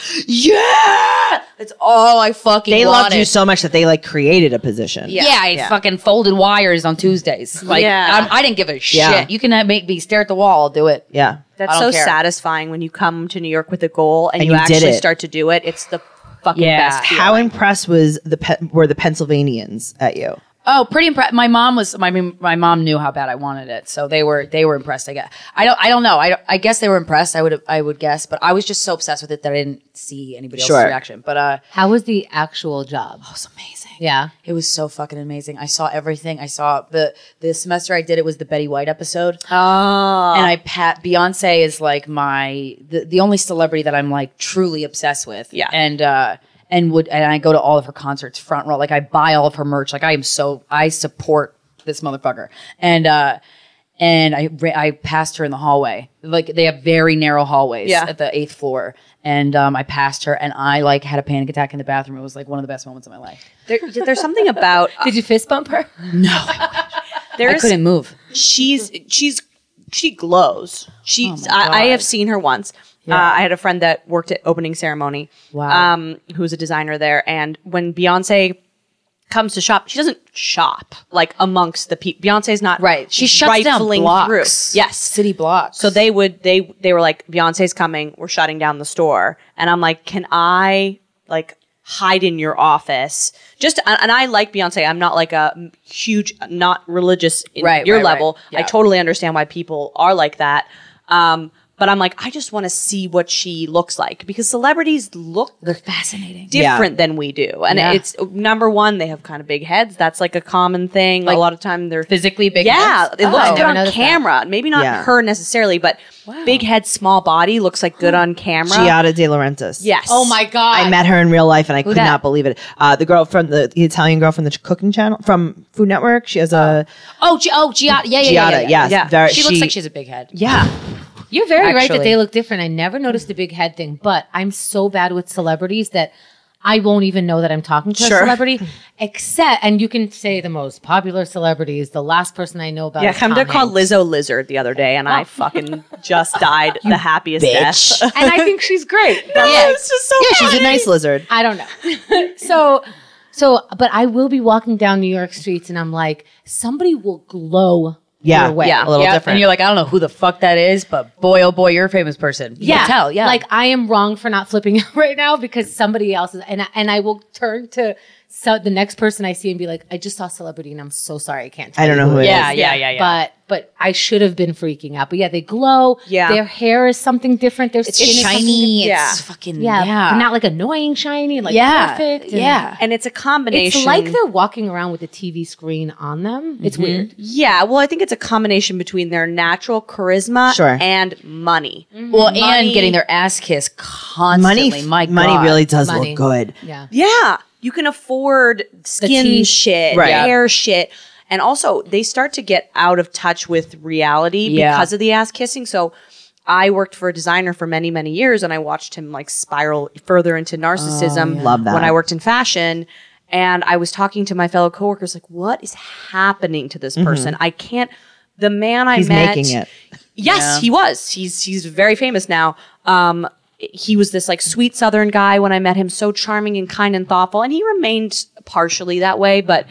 [SPEAKER 4] yeah, that's all I fucking
[SPEAKER 1] They
[SPEAKER 4] wanted.
[SPEAKER 1] loved you so much that they like created a position.
[SPEAKER 4] Yeah, I fucking folded wires on Tuesdays. Like
[SPEAKER 2] Yeah.
[SPEAKER 4] I'm- I, didn't give a shit.
[SPEAKER 1] Yeah.
[SPEAKER 4] You can uh, make me stare at the wall. I'll do it.
[SPEAKER 1] Yeah.
[SPEAKER 2] That's
[SPEAKER 4] I
[SPEAKER 2] so
[SPEAKER 4] don't care.
[SPEAKER 2] satisfying when you come to New York with a goal and,
[SPEAKER 1] And
[SPEAKER 2] you,
[SPEAKER 1] you did
[SPEAKER 2] actually
[SPEAKER 1] it.
[SPEAKER 2] start to do it. It's the fucking
[SPEAKER 4] Yeah.
[SPEAKER 2] best.
[SPEAKER 1] How impressed was the pe- were the Pennsylvanians at you?
[SPEAKER 4] Oh, pretty impressed. My mom was. My my mom knew how bad I wanted it, so they were they were impressed. I guess. I don't. I don't know. I, don't- I guess they were impressed. I would I would guess, but I was just so obsessed with it that I didn't see anybody
[SPEAKER 1] Sure.
[SPEAKER 4] else's reaction. But uh,
[SPEAKER 3] how was the actual job?
[SPEAKER 4] it was amazing.
[SPEAKER 3] Yeah.
[SPEAKER 4] It was so fucking amazing. I saw everything. I saw the the semester I did it was the Betty White episode.
[SPEAKER 2] Oh.
[SPEAKER 4] and I pat Beyonce is like my the, the only celebrity that I'm like truly obsessed with.
[SPEAKER 2] Yeah.
[SPEAKER 4] And uh and would and I go to all of her concerts front row. Like I buy all of her merch. Like I am so I support this motherfucker. And uh and I ra- I passed her in the hallway. Like they have very narrow hallways
[SPEAKER 2] Yeah.
[SPEAKER 4] at the eighth floor. And um, I passed her, and I like had a panic attack in the bathroom. It was like one of the best moments of my life.
[SPEAKER 2] There, there's something about
[SPEAKER 3] Did you fist bump her?
[SPEAKER 4] I
[SPEAKER 2] there's
[SPEAKER 4] couldn't move.
[SPEAKER 2] she's she's she glows.
[SPEAKER 4] Oh
[SPEAKER 2] She's I, I have seen her once. Uh, I had a friend that worked at opening ceremony.
[SPEAKER 4] Wow.
[SPEAKER 2] Um, who's a designer there, and when Beyonce comes to shop, she doesn't shop like amongst the people. Beyonce's not
[SPEAKER 4] Right. She shuts down
[SPEAKER 2] rifling
[SPEAKER 4] blocks.
[SPEAKER 2] through. Yes,
[SPEAKER 4] City blocks.
[SPEAKER 2] So they would they they were like Beyonce's coming. We're shutting down the store, and I'm like, can I like hide in your office. Just and and I like Beyonce. I'm not like a huge, not religious in
[SPEAKER 4] Right,
[SPEAKER 2] your
[SPEAKER 4] right, right.
[SPEAKER 2] level. I
[SPEAKER 4] Yeah.
[SPEAKER 2] totally understand why people are like that. Um, but I'm like, I just want to see what she looks like because celebrities look
[SPEAKER 4] Fascinating.
[SPEAKER 2] different than we do. And
[SPEAKER 4] Yeah.
[SPEAKER 2] it's number one, they have kind of big heads. That's like a common thing. a lot of time they're
[SPEAKER 4] Physically big.
[SPEAKER 2] yeah,
[SPEAKER 4] heads?
[SPEAKER 2] it
[SPEAKER 4] Oh.
[SPEAKER 2] looks good
[SPEAKER 3] never
[SPEAKER 2] on
[SPEAKER 3] noticed that.
[SPEAKER 2] camera. Maybe not
[SPEAKER 1] Yeah.
[SPEAKER 2] her necessarily, but big head, small body looks like good on camera.
[SPEAKER 1] Giada De Laurentiis.
[SPEAKER 2] Yes.
[SPEAKER 3] Oh my god!
[SPEAKER 1] I met her in real life and I could
[SPEAKER 4] that?
[SPEAKER 1] not believe it. Uh, the girl from the, the Italian girl from the cooking channel from Food Network. She has a
[SPEAKER 3] oh, G- oh, Giada. Yeah, yeah, yeah, yeah,
[SPEAKER 1] Giada.
[SPEAKER 3] yeah.
[SPEAKER 1] Yes,
[SPEAKER 2] Yeah.
[SPEAKER 1] very-
[SPEAKER 4] She looks like she has a big head.
[SPEAKER 1] yeah.
[SPEAKER 3] You're very right that
[SPEAKER 2] Actually.
[SPEAKER 3] they look different. I never noticed the big head thing, but I'm so bad with celebrities that I won't even know that I'm talking to
[SPEAKER 1] Sure.
[SPEAKER 3] a celebrity. Except, and you can say the most popular celebrity is the last person I know about.
[SPEAKER 2] Yeah,
[SPEAKER 3] is
[SPEAKER 2] come
[SPEAKER 3] Tom
[SPEAKER 2] to call
[SPEAKER 3] Hanks.
[SPEAKER 2] Lizzo Lizard the other day, and I fucking just died the happiest death.
[SPEAKER 3] and I think she's great.
[SPEAKER 4] Yeah.
[SPEAKER 2] it's just so
[SPEAKER 1] Yeah, Oh, she's a nice lizard.
[SPEAKER 3] I don't know. so, so, but I will be walking down New York streets, and I'm like, somebody will glow
[SPEAKER 1] Yeah,
[SPEAKER 3] your way.
[SPEAKER 2] yeah.
[SPEAKER 1] a little
[SPEAKER 4] Yeah,
[SPEAKER 1] different.
[SPEAKER 4] And you're like, I don't know who the fuck that is, but boy, oh boy, you're a famous person. You
[SPEAKER 3] yeah,
[SPEAKER 4] can tell. Yeah.
[SPEAKER 3] Like I am wrong for not flipping out right now because somebody else is, and I, and I will turn to so the next person I see and be like, I just saw celebrity, and I'm so sorry I can't. Tell
[SPEAKER 1] I don't
[SPEAKER 3] you
[SPEAKER 1] know who it is.
[SPEAKER 4] yeah, yeah, yeah, yeah.
[SPEAKER 3] But but I should have been freaking out. But yeah, they glow.
[SPEAKER 2] Yeah.
[SPEAKER 3] their hair is something different. Their skin
[SPEAKER 4] it's
[SPEAKER 3] is something
[SPEAKER 4] shiny. It's
[SPEAKER 2] Yeah.
[SPEAKER 4] fucking
[SPEAKER 3] Yeah,
[SPEAKER 4] yeah.
[SPEAKER 3] but not like annoying shiny, like
[SPEAKER 4] yeah.
[SPEAKER 3] perfect. and-
[SPEAKER 4] Yeah.
[SPEAKER 2] And it's a combination.
[SPEAKER 3] It's like they're walking around with a TV screen on them.
[SPEAKER 4] Mm-hmm.
[SPEAKER 3] It's weird.
[SPEAKER 2] yeah. Well, I think it's a combination between their natural charisma
[SPEAKER 1] Sure.
[SPEAKER 2] and money.
[SPEAKER 3] Mm-hmm.
[SPEAKER 4] Well, and getting their ass kissed constantly.
[SPEAKER 1] money.
[SPEAKER 4] My
[SPEAKER 1] money
[SPEAKER 4] God.
[SPEAKER 1] really does
[SPEAKER 3] Money.
[SPEAKER 1] look good.
[SPEAKER 3] Yeah.
[SPEAKER 2] Yeah, you can afford skin
[SPEAKER 3] teeth.
[SPEAKER 2] shit,
[SPEAKER 1] Right.
[SPEAKER 2] hair shit. And also, they start to get out of touch with reality
[SPEAKER 4] Yeah.
[SPEAKER 2] because of the ass kissing. So, I worked for a designer for many, many years, and I watched him like spiral further into narcissism.
[SPEAKER 1] Oh, Love that.
[SPEAKER 2] When I worked in fashion, and I was talking to my fellow coworkers, like, what is happening to this person? I can't. The man I
[SPEAKER 1] Mm-hmm. He's
[SPEAKER 2] met,
[SPEAKER 1] making it.
[SPEAKER 2] Yes, he was. He's he's very famous now. Um, he was this like sweet Southern guy when I met him, so charming and kind and thoughtful, and he remained partially that way. But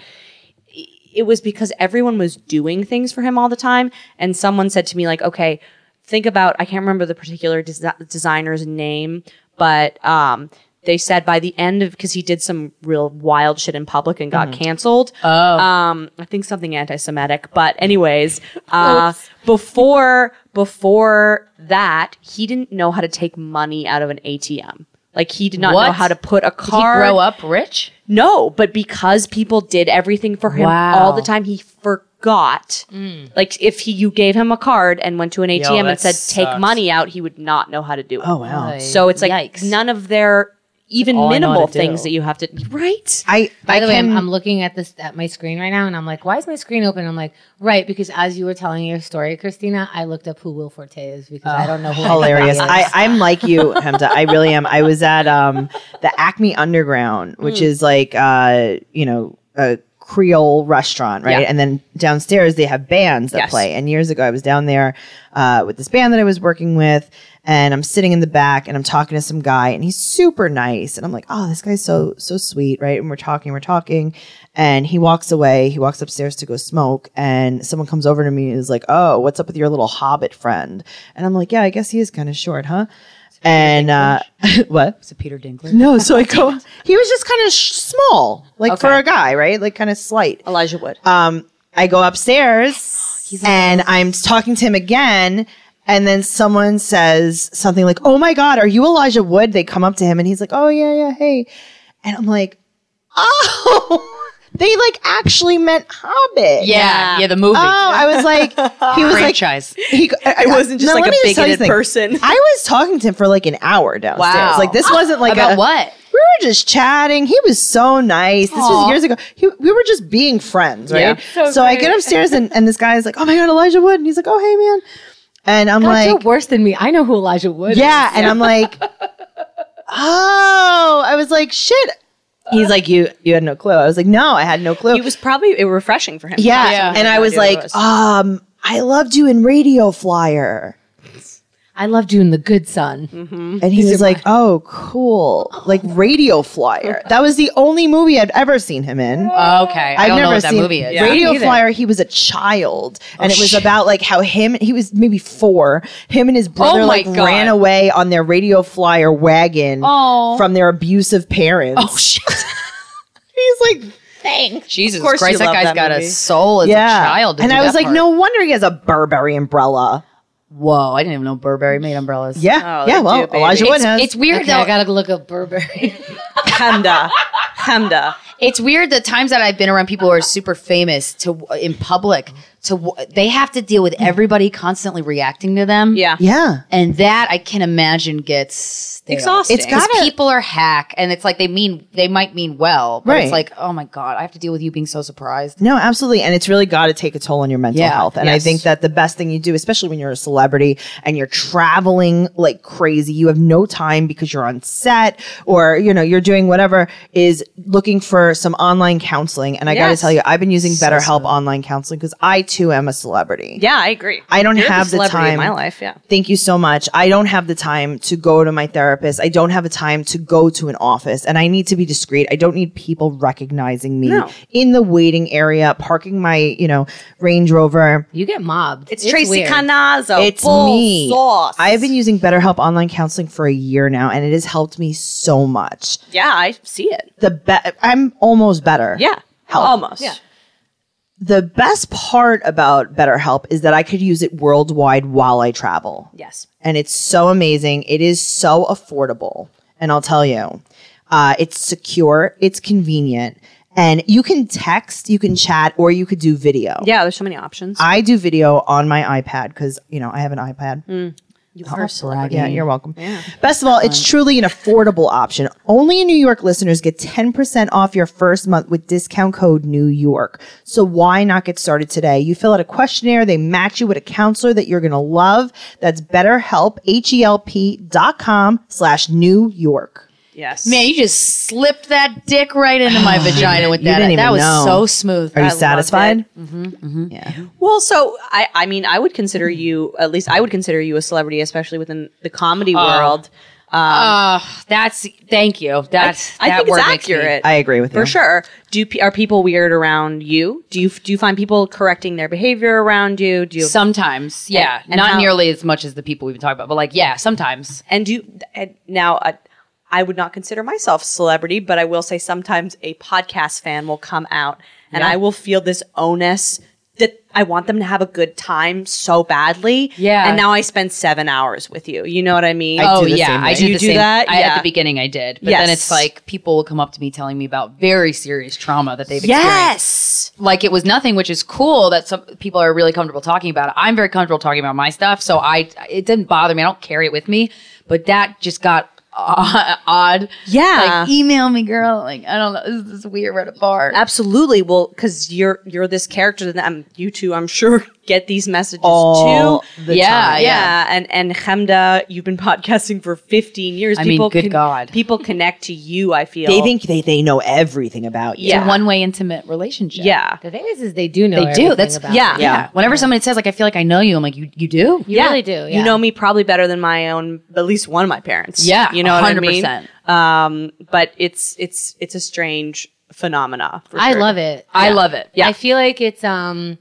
[SPEAKER 2] it was because everyone was doing things for him all the time, and someone said to me like, "Okay, think about." I can't remember the particular desi- designer's name, but um, they said by the end of because he did some real wild shit in public and
[SPEAKER 4] Mm-hmm.
[SPEAKER 2] got canceled.
[SPEAKER 4] Oh.
[SPEAKER 2] Um, I think something anti-Semitic, but anyways, uh, before before that, he didn't know how to take money out of an ATM. Like he did not know
[SPEAKER 4] What?
[SPEAKER 2] how to put a
[SPEAKER 4] Did he
[SPEAKER 2] card.
[SPEAKER 4] grow up rich?
[SPEAKER 2] No, but because people did everything for him
[SPEAKER 4] Wow.
[SPEAKER 2] all the time, he forgot. Like if he you gave him a card and went to an ATM
[SPEAKER 4] Mm. that
[SPEAKER 2] and said take
[SPEAKER 4] sucks.
[SPEAKER 2] money out, he would not know how to do it.
[SPEAKER 1] Oh wow.
[SPEAKER 2] So it's like
[SPEAKER 4] Yikes.
[SPEAKER 2] none of their even
[SPEAKER 4] All I know how
[SPEAKER 2] minimal
[SPEAKER 4] to do.
[SPEAKER 2] things that you have to right.
[SPEAKER 1] I
[SPEAKER 3] By
[SPEAKER 1] I
[SPEAKER 3] the way,
[SPEAKER 1] can
[SPEAKER 3] I'm, I'm looking at this at my screen right now, and I'm like, "Why is my screen open?" I'm like, "Right," because as you were telling your story, Christina, I looked up who Will Forte is because I don't know who
[SPEAKER 1] Oh, hilarious.
[SPEAKER 3] anybody
[SPEAKER 1] I,
[SPEAKER 3] is.
[SPEAKER 1] I'm like you, Hemda. I really am. I was at um the Acme Underground,
[SPEAKER 2] Mm.
[SPEAKER 1] which is like uh, you know, a Creole restaurant, right?
[SPEAKER 2] Yeah.
[SPEAKER 1] And then downstairs they have bands that
[SPEAKER 2] Yes.
[SPEAKER 1] play. And years ago I was down there uh with this band that I was working with. And I'm sitting in the back and I'm talking to some guy and he's super nice. And I'm like, oh, this guy's so, so sweet, right? And we're talking, we're talking. And he walks away. He walks upstairs to go smoke. And someone comes over to me and is like, oh, what's up with your little hobbit friend? And I'm like, yeah, I guess he is kind of short, huh? And uh, what?
[SPEAKER 4] Is it Peter Dinklage?
[SPEAKER 1] No, so I go. He was just kind of sh- small, like for a guy, right? Like kind of slight.
[SPEAKER 2] Elijah Wood.
[SPEAKER 1] Um, I go upstairs and I'm talking to him again. And then someone says something like, Oh my God, are you Elijah Wood? They come up to him and he's like, Oh, yeah, yeah, hey. And I'm like, Oh, they like actually meant Hobbit.
[SPEAKER 4] Yeah. Yeah, the movie.
[SPEAKER 1] Oh, I was like, he was like,
[SPEAKER 4] Franchise.
[SPEAKER 1] he, I, I-
[SPEAKER 2] wasn't just
[SPEAKER 1] now,
[SPEAKER 2] like
[SPEAKER 1] let
[SPEAKER 2] a
[SPEAKER 1] me just tell you
[SPEAKER 2] bigoted
[SPEAKER 1] something.
[SPEAKER 2] person.
[SPEAKER 1] I was talking to him for like an hour downstairs.
[SPEAKER 2] Wow.
[SPEAKER 1] Like this wasn't like
[SPEAKER 4] About
[SPEAKER 1] a,
[SPEAKER 4] what?
[SPEAKER 1] we were just chatting. He was so nice. This was years ago. He, we were just being friends, right? So, I get upstairs and, and this gy is like, "Oh my god, Elijah Wood," and he's like, "Oh hey man," and I'm
[SPEAKER 3] God, you're
[SPEAKER 1] like,
[SPEAKER 3] worse than me. I know who Elijah Wood.
[SPEAKER 1] "Yeah," and I'm like, "Oh," I was like, "Shit." He's like, "You you had no clue." I was like, "No, I had no clue."
[SPEAKER 2] it was probably refreshing for him.
[SPEAKER 1] Um, yeah.
[SPEAKER 4] Yeah.
[SPEAKER 1] and I was
[SPEAKER 2] idea who it
[SPEAKER 1] like,
[SPEAKER 2] was.
[SPEAKER 1] "Um, I loved you in Radio Flyer."
[SPEAKER 3] I love doing the good son.
[SPEAKER 1] Mm-hmm. And he was like, "Oh, cool!" Like Radio Flyer. That was the only movie I'd ever seen him in.
[SPEAKER 4] Okay, I
[SPEAKER 1] Oh. I've
[SPEAKER 4] don't
[SPEAKER 1] never
[SPEAKER 4] know what that
[SPEAKER 1] seen
[SPEAKER 4] movie is. Oh,
[SPEAKER 1] Radio Flyer. He was a child, and it was about like how him he was maybe four. Him and his brother
[SPEAKER 4] my
[SPEAKER 1] like
[SPEAKER 4] God.
[SPEAKER 1] ran away on their Radio Flyer wagon
[SPEAKER 4] Oh.
[SPEAKER 1] from their abusive parents. Oh shit! He's like,
[SPEAKER 4] Jesus
[SPEAKER 2] course
[SPEAKER 4] Christ,
[SPEAKER 2] you
[SPEAKER 4] that
[SPEAKER 2] love
[SPEAKER 4] guy's
[SPEAKER 2] that
[SPEAKER 4] got
[SPEAKER 2] movie.
[SPEAKER 4] a soul as
[SPEAKER 1] yeah,
[SPEAKER 4] a child. to
[SPEAKER 1] and
[SPEAKER 4] do
[SPEAKER 1] I was
[SPEAKER 4] that
[SPEAKER 1] like,
[SPEAKER 4] part.
[SPEAKER 1] no wonder he has a Burberry umbrella.
[SPEAKER 4] Whoa, I didn't even know Burberry made umbrellas.
[SPEAKER 1] Yeah,
[SPEAKER 2] Oh,
[SPEAKER 1] yeah.
[SPEAKER 2] they
[SPEAKER 1] Well,
[SPEAKER 2] do, baby.
[SPEAKER 1] Elijah Wood
[SPEAKER 4] It's,
[SPEAKER 1] has.
[SPEAKER 4] it's weird
[SPEAKER 3] Okay,
[SPEAKER 4] though.
[SPEAKER 3] I gotta look up Burberry.
[SPEAKER 2] Hamda. Hamda.
[SPEAKER 4] it's weird the times that I've been around people who are super famous to in public to w- they have to deal with everybody constantly reacting to them.
[SPEAKER 2] Yeah.
[SPEAKER 1] yeah.
[SPEAKER 4] and that I can imagine gets stale.
[SPEAKER 2] Exhausting. It's
[SPEAKER 4] Because
[SPEAKER 1] gotta-
[SPEAKER 4] people are hack, and it's like they mean they might mean well, but
[SPEAKER 1] Right.
[SPEAKER 4] it's like oh my god, I have to deal with you being so surprised.
[SPEAKER 1] No, absolutely. And it's really got to take a toll on your mental
[SPEAKER 4] Yeah,
[SPEAKER 1] health. And I
[SPEAKER 4] yes.
[SPEAKER 1] think that the best thing you do, especially when you're a celebrity and you're traveling like crazy, you have no time because you're on set or, you know, you're doing whatever, is looking for some online counseling. And I got to
[SPEAKER 2] Yes.
[SPEAKER 1] tell you, I've been using BetterHelp online counseling because I too am a celebrity.
[SPEAKER 2] Yeah, I agree.
[SPEAKER 1] I don't
[SPEAKER 2] You're
[SPEAKER 1] have the
[SPEAKER 2] celebrity
[SPEAKER 1] time.
[SPEAKER 2] in my life. Yeah.
[SPEAKER 1] Thank you so much. I don't have the time to go to my therapist. I don't have a time to go to an office and I need to be discreet. I don't need people recognizing me
[SPEAKER 2] No.
[SPEAKER 1] in the waiting area, parking my, you know, Range Rover.
[SPEAKER 3] you get mobbed.
[SPEAKER 2] It's, Tracy
[SPEAKER 3] weird.
[SPEAKER 2] Canazzo.
[SPEAKER 1] It's
[SPEAKER 2] Bull
[SPEAKER 1] me.
[SPEAKER 2] Sauce.
[SPEAKER 1] I have been using BetterHelp online counseling for a year now and it has helped me so much.
[SPEAKER 2] Yeah, I see it.
[SPEAKER 1] The be- I'm almost better.
[SPEAKER 2] Yeah. Almost. Yeah.
[SPEAKER 1] The best part about BetterHelp is that I could use it worldwide while I travel.
[SPEAKER 2] Yes.
[SPEAKER 1] and it's so amazing. It is so affordable, and I'll tell you, uh, it's secure, it's convenient, and you can text, you can chat, or you could do video.
[SPEAKER 2] Yeah, there's so many options.
[SPEAKER 1] I do video on my iPad because you know I have an iPad.
[SPEAKER 4] You are celebrity.
[SPEAKER 1] Yeah, you're welcome. Best of all, it's truly an affordable option. Only New York listeners get 10% off your first month with discount code New York. So why not get started today? You fill out a questionnaire, they match you with a counselor that you're going to love. That's BetterHelp, H-E-L-P dot com slash New York.
[SPEAKER 2] yes.
[SPEAKER 4] Man, you just slipped that dick right into my vagina with
[SPEAKER 1] You
[SPEAKER 4] that.
[SPEAKER 1] didn't even
[SPEAKER 4] that was
[SPEAKER 1] know.
[SPEAKER 4] so smooth.
[SPEAKER 1] Are you
[SPEAKER 4] I love
[SPEAKER 1] satisfied?
[SPEAKER 4] it.
[SPEAKER 2] Well, so I, I mean, I would consider you at least I would consider you a celebrity, especially within the comedy world.
[SPEAKER 4] Oh, that's thank you. That's
[SPEAKER 2] I
[SPEAKER 4] that
[SPEAKER 2] think
[SPEAKER 4] word
[SPEAKER 2] it's
[SPEAKER 4] makes me-
[SPEAKER 2] accurate.
[SPEAKER 1] I agree with you.
[SPEAKER 2] for sure. Do pe- are people weird around you? Do you do you find people correcting their behavior around you? Do you
[SPEAKER 4] Sometimes, yeah,
[SPEAKER 2] and
[SPEAKER 4] not
[SPEAKER 2] how-
[SPEAKER 4] nearly as much as the people we've been talking about, but like, yeah, sometimes.
[SPEAKER 2] and do you, and now uh, I would not consider myself celebrity, but I will say sometimes a podcast fan will come out and I will feel this onus that I want them to have a good time so badly.
[SPEAKER 4] Yeah.
[SPEAKER 2] and now I spend seven hours with you. You know what I mean?
[SPEAKER 4] oh
[SPEAKER 1] do the
[SPEAKER 4] yeah,
[SPEAKER 1] same
[SPEAKER 4] I
[SPEAKER 1] way.
[SPEAKER 4] do,
[SPEAKER 2] You
[SPEAKER 4] the
[SPEAKER 2] do
[SPEAKER 4] same-
[SPEAKER 2] that?
[SPEAKER 4] I, At
[SPEAKER 2] Yeah.
[SPEAKER 4] the beginning, I did, but then
[SPEAKER 2] Yes.
[SPEAKER 4] it's like people will come up to me telling me about very serious trauma that they've experienced.
[SPEAKER 2] yes.
[SPEAKER 4] Like it was nothing, which is cool that some people are really comfortable talking about. it. I'm very comfortable talking about my stuff, so I it didn't bother me. I don't carry it with me, but that just got uh, odd.
[SPEAKER 2] Yeah.
[SPEAKER 4] like email me, girl. Like I don't know, this is weird. We're at a bar.
[SPEAKER 2] Absolutely. Well, because you're you're this character that um, you two, I'm sure, get these messages
[SPEAKER 1] All
[SPEAKER 2] too.
[SPEAKER 1] the
[SPEAKER 4] yeah,
[SPEAKER 1] time.
[SPEAKER 4] yeah,
[SPEAKER 2] Yeah, and and Hamda, you've been podcasting for 15 years.
[SPEAKER 4] I mean, good
[SPEAKER 2] con-
[SPEAKER 4] God.
[SPEAKER 2] people connect to you. I feel
[SPEAKER 1] They think they, they know everything about you.
[SPEAKER 4] It's
[SPEAKER 2] yeah.
[SPEAKER 4] a one way intimate relationship.
[SPEAKER 2] yeah,
[SPEAKER 3] The thing is, is they do know.
[SPEAKER 4] They do.
[SPEAKER 3] everything
[SPEAKER 4] That's
[SPEAKER 3] about
[SPEAKER 2] yeah,
[SPEAKER 3] you.
[SPEAKER 4] yeah. Whenever somebody says like I feel like I know you, I'm like you. You do.
[SPEAKER 3] You really do. Yeah.
[SPEAKER 2] You know me probably better than my own, at least one of my parents.
[SPEAKER 4] Yeah,
[SPEAKER 2] you know what I
[SPEAKER 4] 100%.
[SPEAKER 2] mean. Um, but it's it's it's a strange phenomena. For
[SPEAKER 3] I
[SPEAKER 2] sure.
[SPEAKER 3] love it.
[SPEAKER 4] I love it.
[SPEAKER 3] I feel like it's um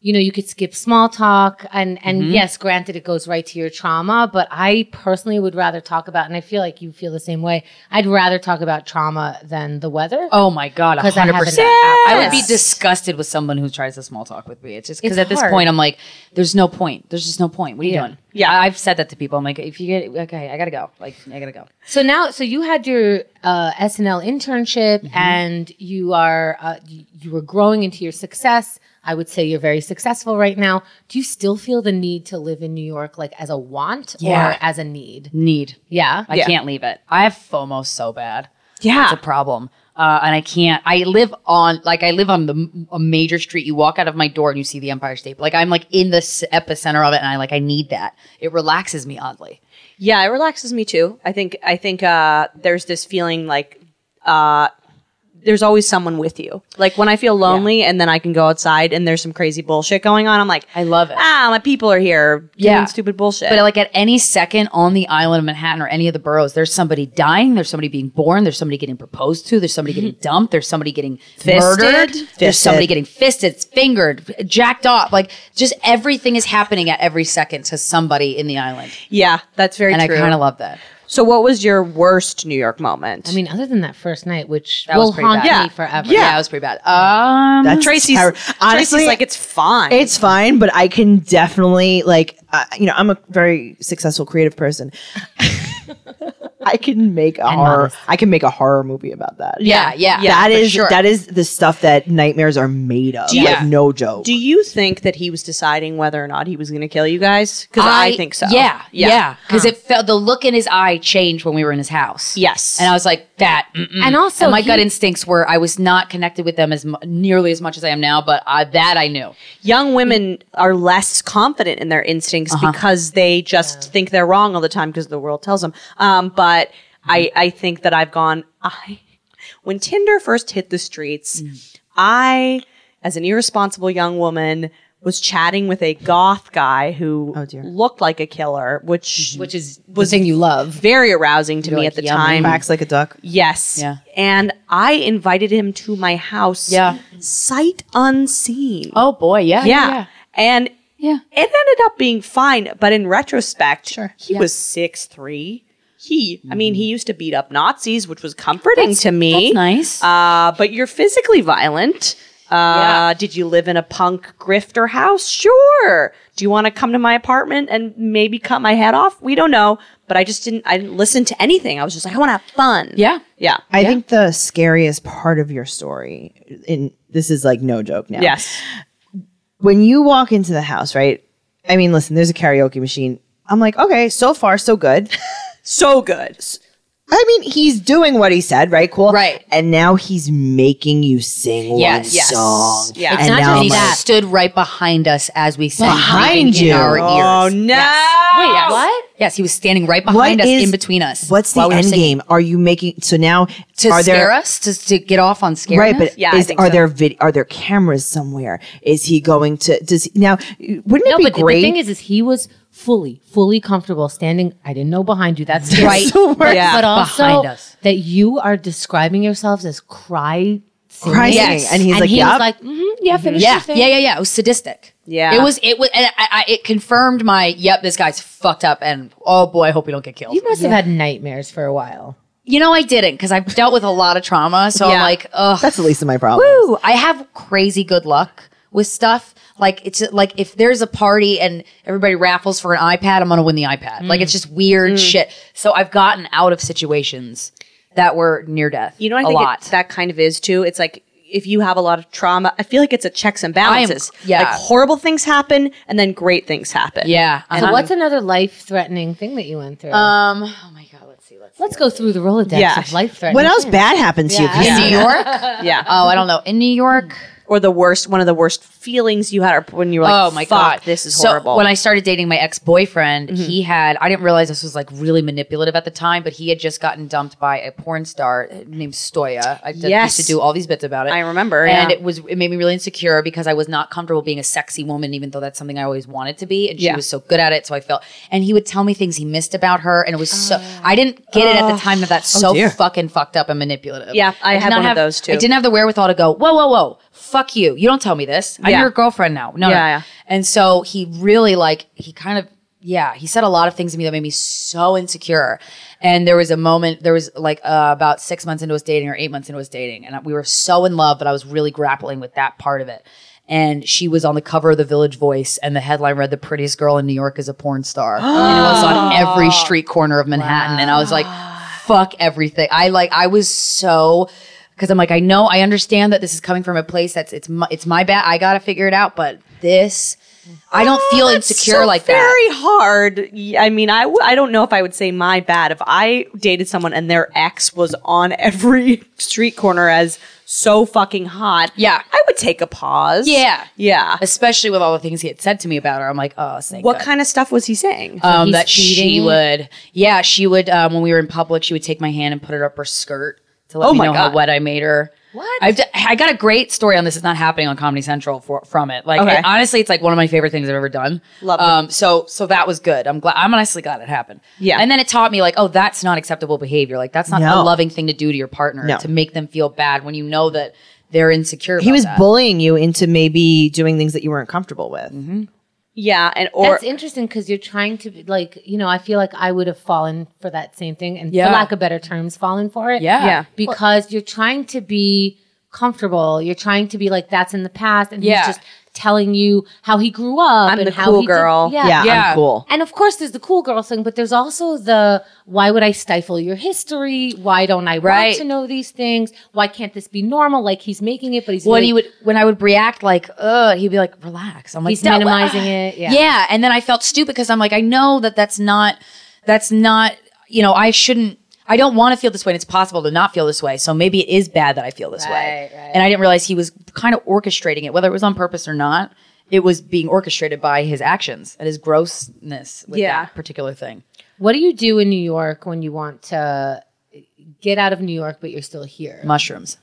[SPEAKER 3] you know, you could skip small talk and and
[SPEAKER 4] Mm-hmm.
[SPEAKER 3] yes, granted it goes right to your trauma, but I personally would rather talk about and I feel like you feel the same way. I'd rather talk about trauma than the weather.
[SPEAKER 4] Oh my god,
[SPEAKER 3] 'Cause I
[SPEAKER 4] hundred
[SPEAKER 3] haven't-
[SPEAKER 4] percent. I would be
[SPEAKER 3] Yes.
[SPEAKER 4] disgusted with someone who tries to small talk with me. It's just
[SPEAKER 3] It's
[SPEAKER 4] because at this
[SPEAKER 3] hard.
[SPEAKER 4] point I'm like, there's no point. There's just no point. What are you doing?
[SPEAKER 2] Yeah.
[SPEAKER 4] I- I've said that to people. I'm like, if you get okay, I gotta go. Like, I gotta go.
[SPEAKER 3] So now so you had your uh SNL internship
[SPEAKER 4] Mm-hmm.
[SPEAKER 3] and you are uh, you, you were growing into your success. I would say you're very successful right now. Do you still feel the need to live in New York like as a want
[SPEAKER 4] Yeah.
[SPEAKER 3] or as a need?
[SPEAKER 4] Need.
[SPEAKER 3] Yeah.
[SPEAKER 4] I can't leave it. I have FOMO so bad.
[SPEAKER 2] Yeah.
[SPEAKER 4] It's a problem. Uh, and I can't. I live on like I live on the a major street. You walk out of my door and you see the Empire State. Like I'm like in the s- epicenter of it, and I like I need that. It relaxes me oddly.
[SPEAKER 2] Yeah, it relaxes me too. I think I think uh, there's this feeling like uh, there's always someone with you. Like when I feel lonely and then I can go outside and there's some crazy bullshit going on, I'm like,
[SPEAKER 4] I love it.
[SPEAKER 2] ah, my people are here doing
[SPEAKER 4] Yeah.
[SPEAKER 2] stupid bullshit.
[SPEAKER 4] But like at any second on the island of Manhattan or any of the boroughs, there's somebody dying, there's somebody being born, there's somebody getting proposed to, there's somebody getting dumped, there's somebody getting murdered,
[SPEAKER 1] Fisted.
[SPEAKER 4] there's somebody getting fisted, fingered, jacked off. Like just everything is happening at every second to somebody in the island,
[SPEAKER 2] yeah, that's very
[SPEAKER 4] and
[SPEAKER 2] true.
[SPEAKER 4] I kind of love that.
[SPEAKER 2] so, what was your worst New York moment?
[SPEAKER 3] I mean, other than that first night, which
[SPEAKER 4] That was
[SPEAKER 3] will
[SPEAKER 4] pretty
[SPEAKER 3] haunt
[SPEAKER 4] bad.
[SPEAKER 3] me forever.
[SPEAKER 4] Yeah, that was pretty bad. Um,
[SPEAKER 1] That's
[SPEAKER 2] Tracy's
[SPEAKER 1] terri-
[SPEAKER 2] Tracy's like it's fine.
[SPEAKER 1] It's fine, but I can definitely like uh, you know I'm a very successful creative person. I can make a horror. I can make a horror movie about that.
[SPEAKER 4] yeah, yeah,
[SPEAKER 1] that
[SPEAKER 4] for
[SPEAKER 1] is
[SPEAKER 4] sure.
[SPEAKER 1] that is the stuff that nightmares are made of.
[SPEAKER 2] you-
[SPEAKER 1] like, no joke.
[SPEAKER 2] Do you think that he was deciding whether or not he was going to kill you guys? Because I, think so.
[SPEAKER 4] Yeah, yeah, because it felt the look in his eye changed when we were in his house.
[SPEAKER 2] Yes.
[SPEAKER 4] and I was like that. Mm-mm.
[SPEAKER 3] And also,
[SPEAKER 4] and my gut
[SPEAKER 3] he-
[SPEAKER 4] instincts were I was not connected with them as mu- nearly as much as I am now, but I, that I knew.
[SPEAKER 2] Young women are less confident in their instincts
[SPEAKER 4] Uh-huh.
[SPEAKER 2] because they just think they're wrong all the time because the world tells them. Um, but I,
[SPEAKER 4] Mm-hmm.
[SPEAKER 2] I think that I've gone. I when Tinder first hit the streets,
[SPEAKER 4] Mm.
[SPEAKER 2] I, as an irresponsible young woman, was chatting with a goth guy who
[SPEAKER 4] Oh,
[SPEAKER 2] looked like a killer, which
[SPEAKER 3] which is the thing you love.
[SPEAKER 2] very arousing to me
[SPEAKER 4] Mm-hmm. like,
[SPEAKER 2] at the
[SPEAKER 4] yummy.
[SPEAKER 2] time.
[SPEAKER 1] Acts like a duck.
[SPEAKER 2] Yes.
[SPEAKER 4] Yeah.
[SPEAKER 2] And I invited him to my house.
[SPEAKER 4] Yeah.
[SPEAKER 2] Sight unseen.
[SPEAKER 4] Oh boy, yeah,
[SPEAKER 2] yeah. And
[SPEAKER 4] yeah.
[SPEAKER 2] it ended up being fine, but in retrospect, he was six three. He, I mean, he used to beat up Nazis, which was comforting to me.
[SPEAKER 4] That's nice.
[SPEAKER 2] Uh, but you're physically violent. Uh,
[SPEAKER 4] Yeah.
[SPEAKER 2] Did you live in a punk grifter house? Sure. Do you want to come to my apartment and maybe cut my head off? We don't know. But I just didn't. I didn't listen to anything. I was just like, I want to have fun.
[SPEAKER 4] Yeah.
[SPEAKER 2] Yeah.
[SPEAKER 1] I think the scariest part of your story, and this is like no joke now.
[SPEAKER 2] Yes.
[SPEAKER 1] when you walk into the house, right? I mean, listen, there's a karaoke machine. I'm like, okay, so far so good.
[SPEAKER 2] So good.
[SPEAKER 1] I mean, he's doing what he said, right? Cool.
[SPEAKER 4] Right.
[SPEAKER 1] And now he's making you sing one
[SPEAKER 4] Yes. Yes.
[SPEAKER 1] song.
[SPEAKER 2] Yeah.
[SPEAKER 1] And
[SPEAKER 2] It's
[SPEAKER 4] not
[SPEAKER 1] now
[SPEAKER 4] just he
[SPEAKER 1] I'm like,
[SPEAKER 4] stood right behind us as we sang
[SPEAKER 1] Oh Behind
[SPEAKER 4] breathing
[SPEAKER 1] you.
[SPEAKER 4] in our
[SPEAKER 2] Oh,
[SPEAKER 4] ears.
[SPEAKER 2] no.
[SPEAKER 4] Wait,
[SPEAKER 2] yes.
[SPEAKER 4] what? Yes, he was standing right
[SPEAKER 1] What
[SPEAKER 4] behind us,
[SPEAKER 1] is-
[SPEAKER 4] in between us.
[SPEAKER 1] What's the
[SPEAKER 4] while we were
[SPEAKER 1] end
[SPEAKER 4] singing.
[SPEAKER 1] game? Are you making so now?
[SPEAKER 4] To
[SPEAKER 1] are
[SPEAKER 4] scare
[SPEAKER 1] there,
[SPEAKER 4] us? To, to get off on scaring
[SPEAKER 1] Right,
[SPEAKER 4] us?
[SPEAKER 1] but
[SPEAKER 2] Yeah, I
[SPEAKER 1] is,
[SPEAKER 2] think
[SPEAKER 1] are
[SPEAKER 2] so.
[SPEAKER 1] there vid- are there cameras somewhere? Is he going to does he, now? Wouldn't it
[SPEAKER 3] No,
[SPEAKER 1] be
[SPEAKER 3] but
[SPEAKER 1] great?
[SPEAKER 3] the thing is, is he was fully, fully comfortable standing. I didn't know behind you. That's
[SPEAKER 4] Right.
[SPEAKER 3] But,
[SPEAKER 2] Yeah.
[SPEAKER 3] but also
[SPEAKER 4] Behind us.
[SPEAKER 3] that you are describing yourselves as cry singers.
[SPEAKER 1] Cry
[SPEAKER 4] Yes.
[SPEAKER 1] singing. and he's
[SPEAKER 3] and
[SPEAKER 1] like,
[SPEAKER 3] he
[SPEAKER 1] "Yup."
[SPEAKER 3] was like, mhm, yeah, finish
[SPEAKER 4] Yeah,
[SPEAKER 3] your thing.
[SPEAKER 4] yeah, yeah, yeah. It was sadistic.
[SPEAKER 2] Yeah.
[SPEAKER 4] it was. It was. And I, I, it confirmed my. Yep, this guy's fucked up, and oh boy, I hope we don't get killed.
[SPEAKER 3] You must have had nightmares for a while.
[SPEAKER 4] You know, I didn't because I've dealt with a lot of trauma, so I'm
[SPEAKER 2] Yeah.
[SPEAKER 4] like, ugh.
[SPEAKER 1] That's the least of my problem.
[SPEAKER 4] Woo! I have crazy good luck with stuff. Like it's like if there's a party and everybody raffles for an iPad, I'm gonna win the iPad. Like
[SPEAKER 2] Mm.
[SPEAKER 4] it's just weird shit. So I've gotten out of situations that were near death.
[SPEAKER 2] You know, I
[SPEAKER 4] a
[SPEAKER 2] think
[SPEAKER 4] lot.
[SPEAKER 2] It, that kind of is too. It's like if you have a lot of trauma, I feel like it's a checks and balances.
[SPEAKER 4] yeah.
[SPEAKER 2] Like horrible things happen and then great things happen.
[SPEAKER 4] yeah.
[SPEAKER 3] So
[SPEAKER 4] Uh-huh.
[SPEAKER 3] what's another life-threatening thing that you went through?
[SPEAKER 4] um? Oh my god. Let's see. Let's.
[SPEAKER 3] Let's go through the Rolodex
[SPEAKER 2] yeah.
[SPEAKER 3] of life-threatening.
[SPEAKER 1] What else bad happened to you? 'Cause
[SPEAKER 4] In
[SPEAKER 1] you?
[SPEAKER 4] New York.
[SPEAKER 2] Yeah.
[SPEAKER 4] Oh, I don't know. In New York.
[SPEAKER 2] or the worst, one of the worst feelings you had or when you were like,
[SPEAKER 4] oh my
[SPEAKER 2] Fuck,
[SPEAKER 4] god,
[SPEAKER 2] this is
[SPEAKER 4] So
[SPEAKER 2] horrible. Mm-hmm.
[SPEAKER 4] when I started dating my ex boyfriend, he had I didn't realize this was like really manipulative at the time, but he had just gotten dumped by a porn star named Stoya. I did-
[SPEAKER 2] Yes.
[SPEAKER 4] used to do all these bits about it.
[SPEAKER 2] I remember,
[SPEAKER 4] and
[SPEAKER 2] yeah.
[SPEAKER 4] it was it made me really insecure because I was not comfortable being a sexy woman, even though that's something I always wanted to be, and she
[SPEAKER 2] Yeah.
[SPEAKER 4] was so good at it. So I felt, and he would tell me things he missed about her, and it was so
[SPEAKER 2] Oh.
[SPEAKER 4] I didn't get it at the time that that's so fucking fucked up and manipulative.
[SPEAKER 2] Yeah, I
[SPEAKER 4] did
[SPEAKER 2] had
[SPEAKER 4] not
[SPEAKER 2] one of those, too.
[SPEAKER 4] I didn't have the wherewithal to go, whoa, whoa, whoa, fuck you. You don't tell me this. I'm
[SPEAKER 2] Yeah.
[SPEAKER 4] your girlfriend now. No, no.
[SPEAKER 2] Yeah, yeah.
[SPEAKER 4] And so he really like he kind of yeah he said a lot of things to me that made me so insecure. And there was a moment there was like uh, about six months into us dating or eight months into us dating, and we were so in love, but I was really grappling with that part of it. And she was on the cover of the Village Voice, and the headline read, "The prettiest girl in New York is a porn star," and it was on every street corner of Manhattan. And I was like, "Fuck everything!" I like I was so because I'm like, I know, I understand that this is coming from a place that's it's my, it's my bad. I gotta figure it out, but this, I don't feel insecure
[SPEAKER 2] Oh, So
[SPEAKER 4] like that.
[SPEAKER 2] very hard. Y- I mean, I, w- I don't know if I would say my bad. If I dated someone and their ex was on every street corner as so fucking hot,
[SPEAKER 4] Yeah.
[SPEAKER 2] I would take a pause.
[SPEAKER 4] Yeah.
[SPEAKER 2] Yeah.
[SPEAKER 4] Especially with all the things he had said to me about her, I'm like, oh, thank
[SPEAKER 2] What
[SPEAKER 4] God.
[SPEAKER 2] kind of stuff was he saying?
[SPEAKER 4] um,
[SPEAKER 3] he's
[SPEAKER 4] that she
[SPEAKER 3] cheating?
[SPEAKER 4] would, yeah, she would. Um, when we were in public, she would take my hand and put it up her skirt to let
[SPEAKER 2] Oh
[SPEAKER 4] me
[SPEAKER 2] my
[SPEAKER 4] know
[SPEAKER 2] God.
[SPEAKER 4] how wet I made her.
[SPEAKER 3] What?
[SPEAKER 4] I've, d- I got a great story on this. It's not happening on Comedy Central for, from it. Like,
[SPEAKER 2] Okay.
[SPEAKER 4] it- honestly, it's like one of my favorite things I've ever done.
[SPEAKER 2] Love it.
[SPEAKER 4] Um, so, so that was good. I'm glad. I'm honestly glad it happened.
[SPEAKER 2] Yeah.
[SPEAKER 4] And then it taught me like, oh, that's not acceptable behavior. Like, that's not
[SPEAKER 1] No.
[SPEAKER 4] a loving thing to do to your partner
[SPEAKER 1] No.
[SPEAKER 4] to make them feel bad when you know that they're insecure.
[SPEAKER 1] He
[SPEAKER 4] about
[SPEAKER 1] was
[SPEAKER 4] that.
[SPEAKER 1] bullying you into maybe doing things that you weren't comfortable with.
[SPEAKER 2] Yeah, and or
[SPEAKER 3] That's interesting because you're trying to be like, you know, I feel like I would have fallen for that same thing and
[SPEAKER 4] Yeah.
[SPEAKER 3] for lack of better terms, fallen for it.
[SPEAKER 4] Yeah.
[SPEAKER 2] Yeah.
[SPEAKER 3] Because you're trying to be comfortable. You're trying to be like, that's in the past. And
[SPEAKER 4] Yeah.
[SPEAKER 3] he's just telling you how he grew up
[SPEAKER 2] I'm
[SPEAKER 3] and
[SPEAKER 2] the
[SPEAKER 3] how
[SPEAKER 2] cool
[SPEAKER 3] he did-
[SPEAKER 2] girl.
[SPEAKER 3] yeah.
[SPEAKER 1] Yeah,
[SPEAKER 4] Yeah.
[SPEAKER 1] I'm cool.
[SPEAKER 3] And of course, there's the cool girl thing, but there's also the why would I stifle your history? Why don't I
[SPEAKER 4] Right.
[SPEAKER 3] want to know these things? Why can't this be normal? Like he's making it, but he's
[SPEAKER 4] when
[SPEAKER 3] really-
[SPEAKER 4] he would when I would react like, uh, he'd be like, relax. I'm like,
[SPEAKER 3] he's
[SPEAKER 4] "No,
[SPEAKER 3] minimizing
[SPEAKER 4] uh."
[SPEAKER 3] it.
[SPEAKER 4] Yeah. and then I felt stupid because I'm like, I know that that's not that's not you know I shouldn't. I don't want to feel this way, and it's possible to not feel this way. So maybe it is bad that I feel this way.
[SPEAKER 3] Right, right.
[SPEAKER 4] And I didn't realize he was kind of orchestrating it, whether it was on purpose or not. It was being orchestrated by his actions and his grossness with
[SPEAKER 2] Yeah.
[SPEAKER 4] that particular thing.
[SPEAKER 3] What do you do in New York when you want to get out of New York but you're still here?
[SPEAKER 4] Mushrooms.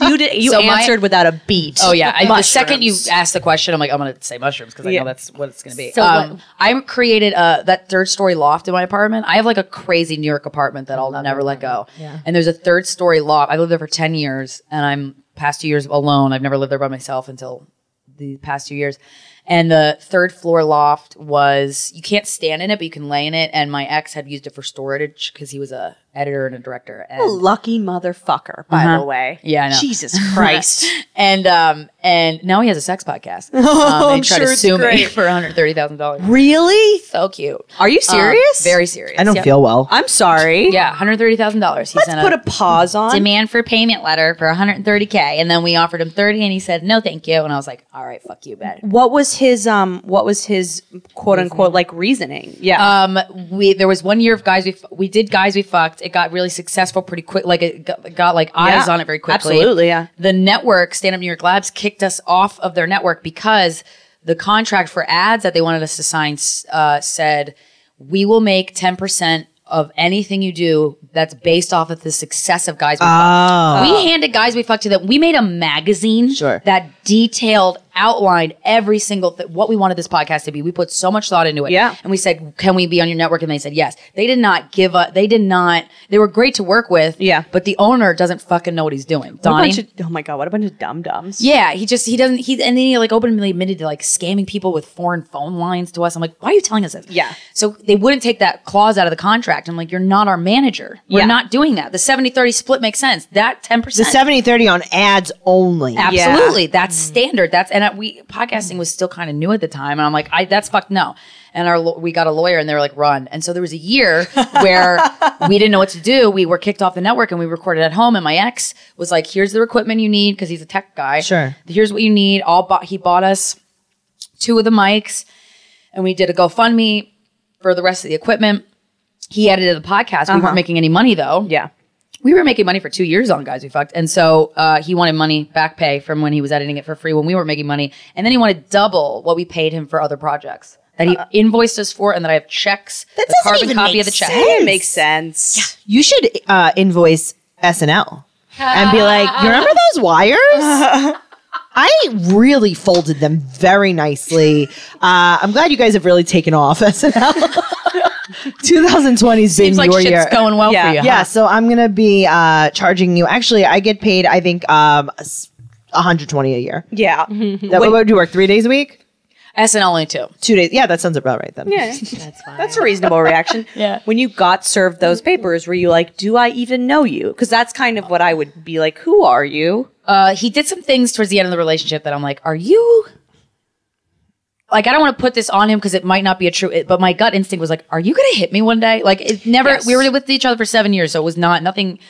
[SPEAKER 2] you did you
[SPEAKER 4] So my-
[SPEAKER 2] answered without a beat.
[SPEAKER 4] Oh yeah, I, the second you
[SPEAKER 2] Mushrooms.
[SPEAKER 4] ask the question, I'm like, I'm gonna say mushrooms because I
[SPEAKER 2] Yeah.
[SPEAKER 4] know that's what it's gonna be.
[SPEAKER 3] So
[SPEAKER 4] um,
[SPEAKER 3] what-
[SPEAKER 4] I created uh that third story loft in my apartment. I have like a crazy New York apartment that I'll never let go. And there's a third story loft. I lived there for ten years, and I'm past two years alone. I've never lived there by myself until the past two years. And the third floor loft was you can't stand in it, but you can lay in it. And my ex had used it for storage because he was a editor and a director. And
[SPEAKER 2] lucky motherfucker, by the way.
[SPEAKER 4] Uh-huh. Yeah, I know.
[SPEAKER 2] Jesus Christ.
[SPEAKER 4] and um and now he has a sex podcast. Um, and tried
[SPEAKER 2] Oh, sure
[SPEAKER 4] to
[SPEAKER 2] it's
[SPEAKER 4] sue me
[SPEAKER 2] great.
[SPEAKER 4] for one hundred thirty thousand dollars.
[SPEAKER 2] really?
[SPEAKER 4] So cute.
[SPEAKER 2] Are you
[SPEAKER 4] Um,
[SPEAKER 2] serious?
[SPEAKER 4] very serious.
[SPEAKER 1] I don't
[SPEAKER 4] Yep.
[SPEAKER 1] feel well.
[SPEAKER 2] I'm sorry.
[SPEAKER 4] Yeah, one hundred thirty thousand dollars. He
[SPEAKER 2] Let's
[SPEAKER 4] sent
[SPEAKER 2] put a pause on.
[SPEAKER 4] demand for payment letter for one hundred thirty k, and then we offered him thirty, and he said no, thank you. And I was like, all right, fuck you, bad.
[SPEAKER 2] what was his um what was his quote unquote like reasoning? Yeah.
[SPEAKER 4] Um, we there was one year of guys we f- we did guys we fucked. It got really successful pretty quick. Like it got, got like eyes
[SPEAKER 2] Yeah.
[SPEAKER 4] on it very quickly.
[SPEAKER 2] Absolutely, yeah.
[SPEAKER 4] The network Stand Up New York Labs kicked us off of their network because the contract for ads that they wanted us to sign uh, said we will make ten percent of anything you do that's based off of the success of guys we
[SPEAKER 2] Uh,
[SPEAKER 4] fucked. We handed guys we fucked to them. We made a magazine
[SPEAKER 1] Sure.
[SPEAKER 4] that detailed outlined every single th- what we wanted this podcast to be. We put so much thought into it.
[SPEAKER 2] Yeah.
[SPEAKER 4] And we said, "Can we be on your network?" And they said, "Yes." They did not give up. They did not. They were great to work with.
[SPEAKER 2] Yeah.
[SPEAKER 4] But the owner doesn't fucking know what he's doing.
[SPEAKER 2] What a
[SPEAKER 4] Donnie.
[SPEAKER 2] bunch of- oh my god, what a bunch of dum dums.
[SPEAKER 4] yeah, he just he doesn't he and then he like openly admitted to like scamming people with foreign phone lines to us. I'm like, why are you telling us this?
[SPEAKER 2] Yeah.
[SPEAKER 4] So they wouldn't take that clause out of the contract. I'm like, you're not our manager. We're
[SPEAKER 2] Yeah.
[SPEAKER 4] not doing that. The 70-30 split makes sense. That ten
[SPEAKER 1] The
[SPEAKER 4] percent
[SPEAKER 1] 70 30 on ads only.
[SPEAKER 4] Absolutely, that's standard. That's and uh, we podcasting was still kind of new at the time, and I'm like, I that's fuck no. And our law- we got a lawyer, and they were like, run. And so there was a year where we didn't know what to do. We were kicked off the network, and we recorded at home. And my ex was like, here's the equipment you need because he's a tech guy.
[SPEAKER 1] Sure.
[SPEAKER 4] Here's what you need. All bought. He bought us two of the mics, and we did a GoFundMe for the rest of the equipment. He edited the podcast. We weren't making any money though
[SPEAKER 2] Yeah.
[SPEAKER 4] we were making money for two years on guys we fucked and so uh, he wanted money back pay from when he was editing it for free when we were making money and then he wanted double what we paid him for other projects that he invoiced us for and that i have checks that the
[SPEAKER 1] Uh-uh. doesn't
[SPEAKER 4] carbon
[SPEAKER 1] even
[SPEAKER 4] copy
[SPEAKER 1] make
[SPEAKER 4] of the check
[SPEAKER 1] sense.
[SPEAKER 2] It makes sense.
[SPEAKER 1] You should uh, invoice SNL and be like, you remember those wires? I really folded them very nicely. Uh, I'm glad you guys have really taken off SNL. 2020 has been
[SPEAKER 4] seems like
[SPEAKER 1] your
[SPEAKER 4] shit's
[SPEAKER 1] year.
[SPEAKER 4] going well
[SPEAKER 2] Yeah.
[SPEAKER 4] for you huh?
[SPEAKER 1] yeah, so I'm gonna be uh, charging you. Actually, I get paid. I think um, s- 120 a year.
[SPEAKER 2] Yeah.
[SPEAKER 1] That, what would you work three days a week?
[SPEAKER 4] snl only two
[SPEAKER 1] Two days? Yeah, that sounds about right then.
[SPEAKER 2] Yeah. That's fine. That's a reasonable reaction. yeah. When you got served those papers, were you like, do I even know you? Because that's kind of what I would be like, who are you?
[SPEAKER 4] uh, he did some things towards the end of the relationship that i'm like are you like I don't want to put this on him because it might not be a true. It, but my gut instinct was like, "Are you going to hit me one day?" Like it never.
[SPEAKER 2] Yes.
[SPEAKER 4] We were with each other for seven years, so it was not nothing.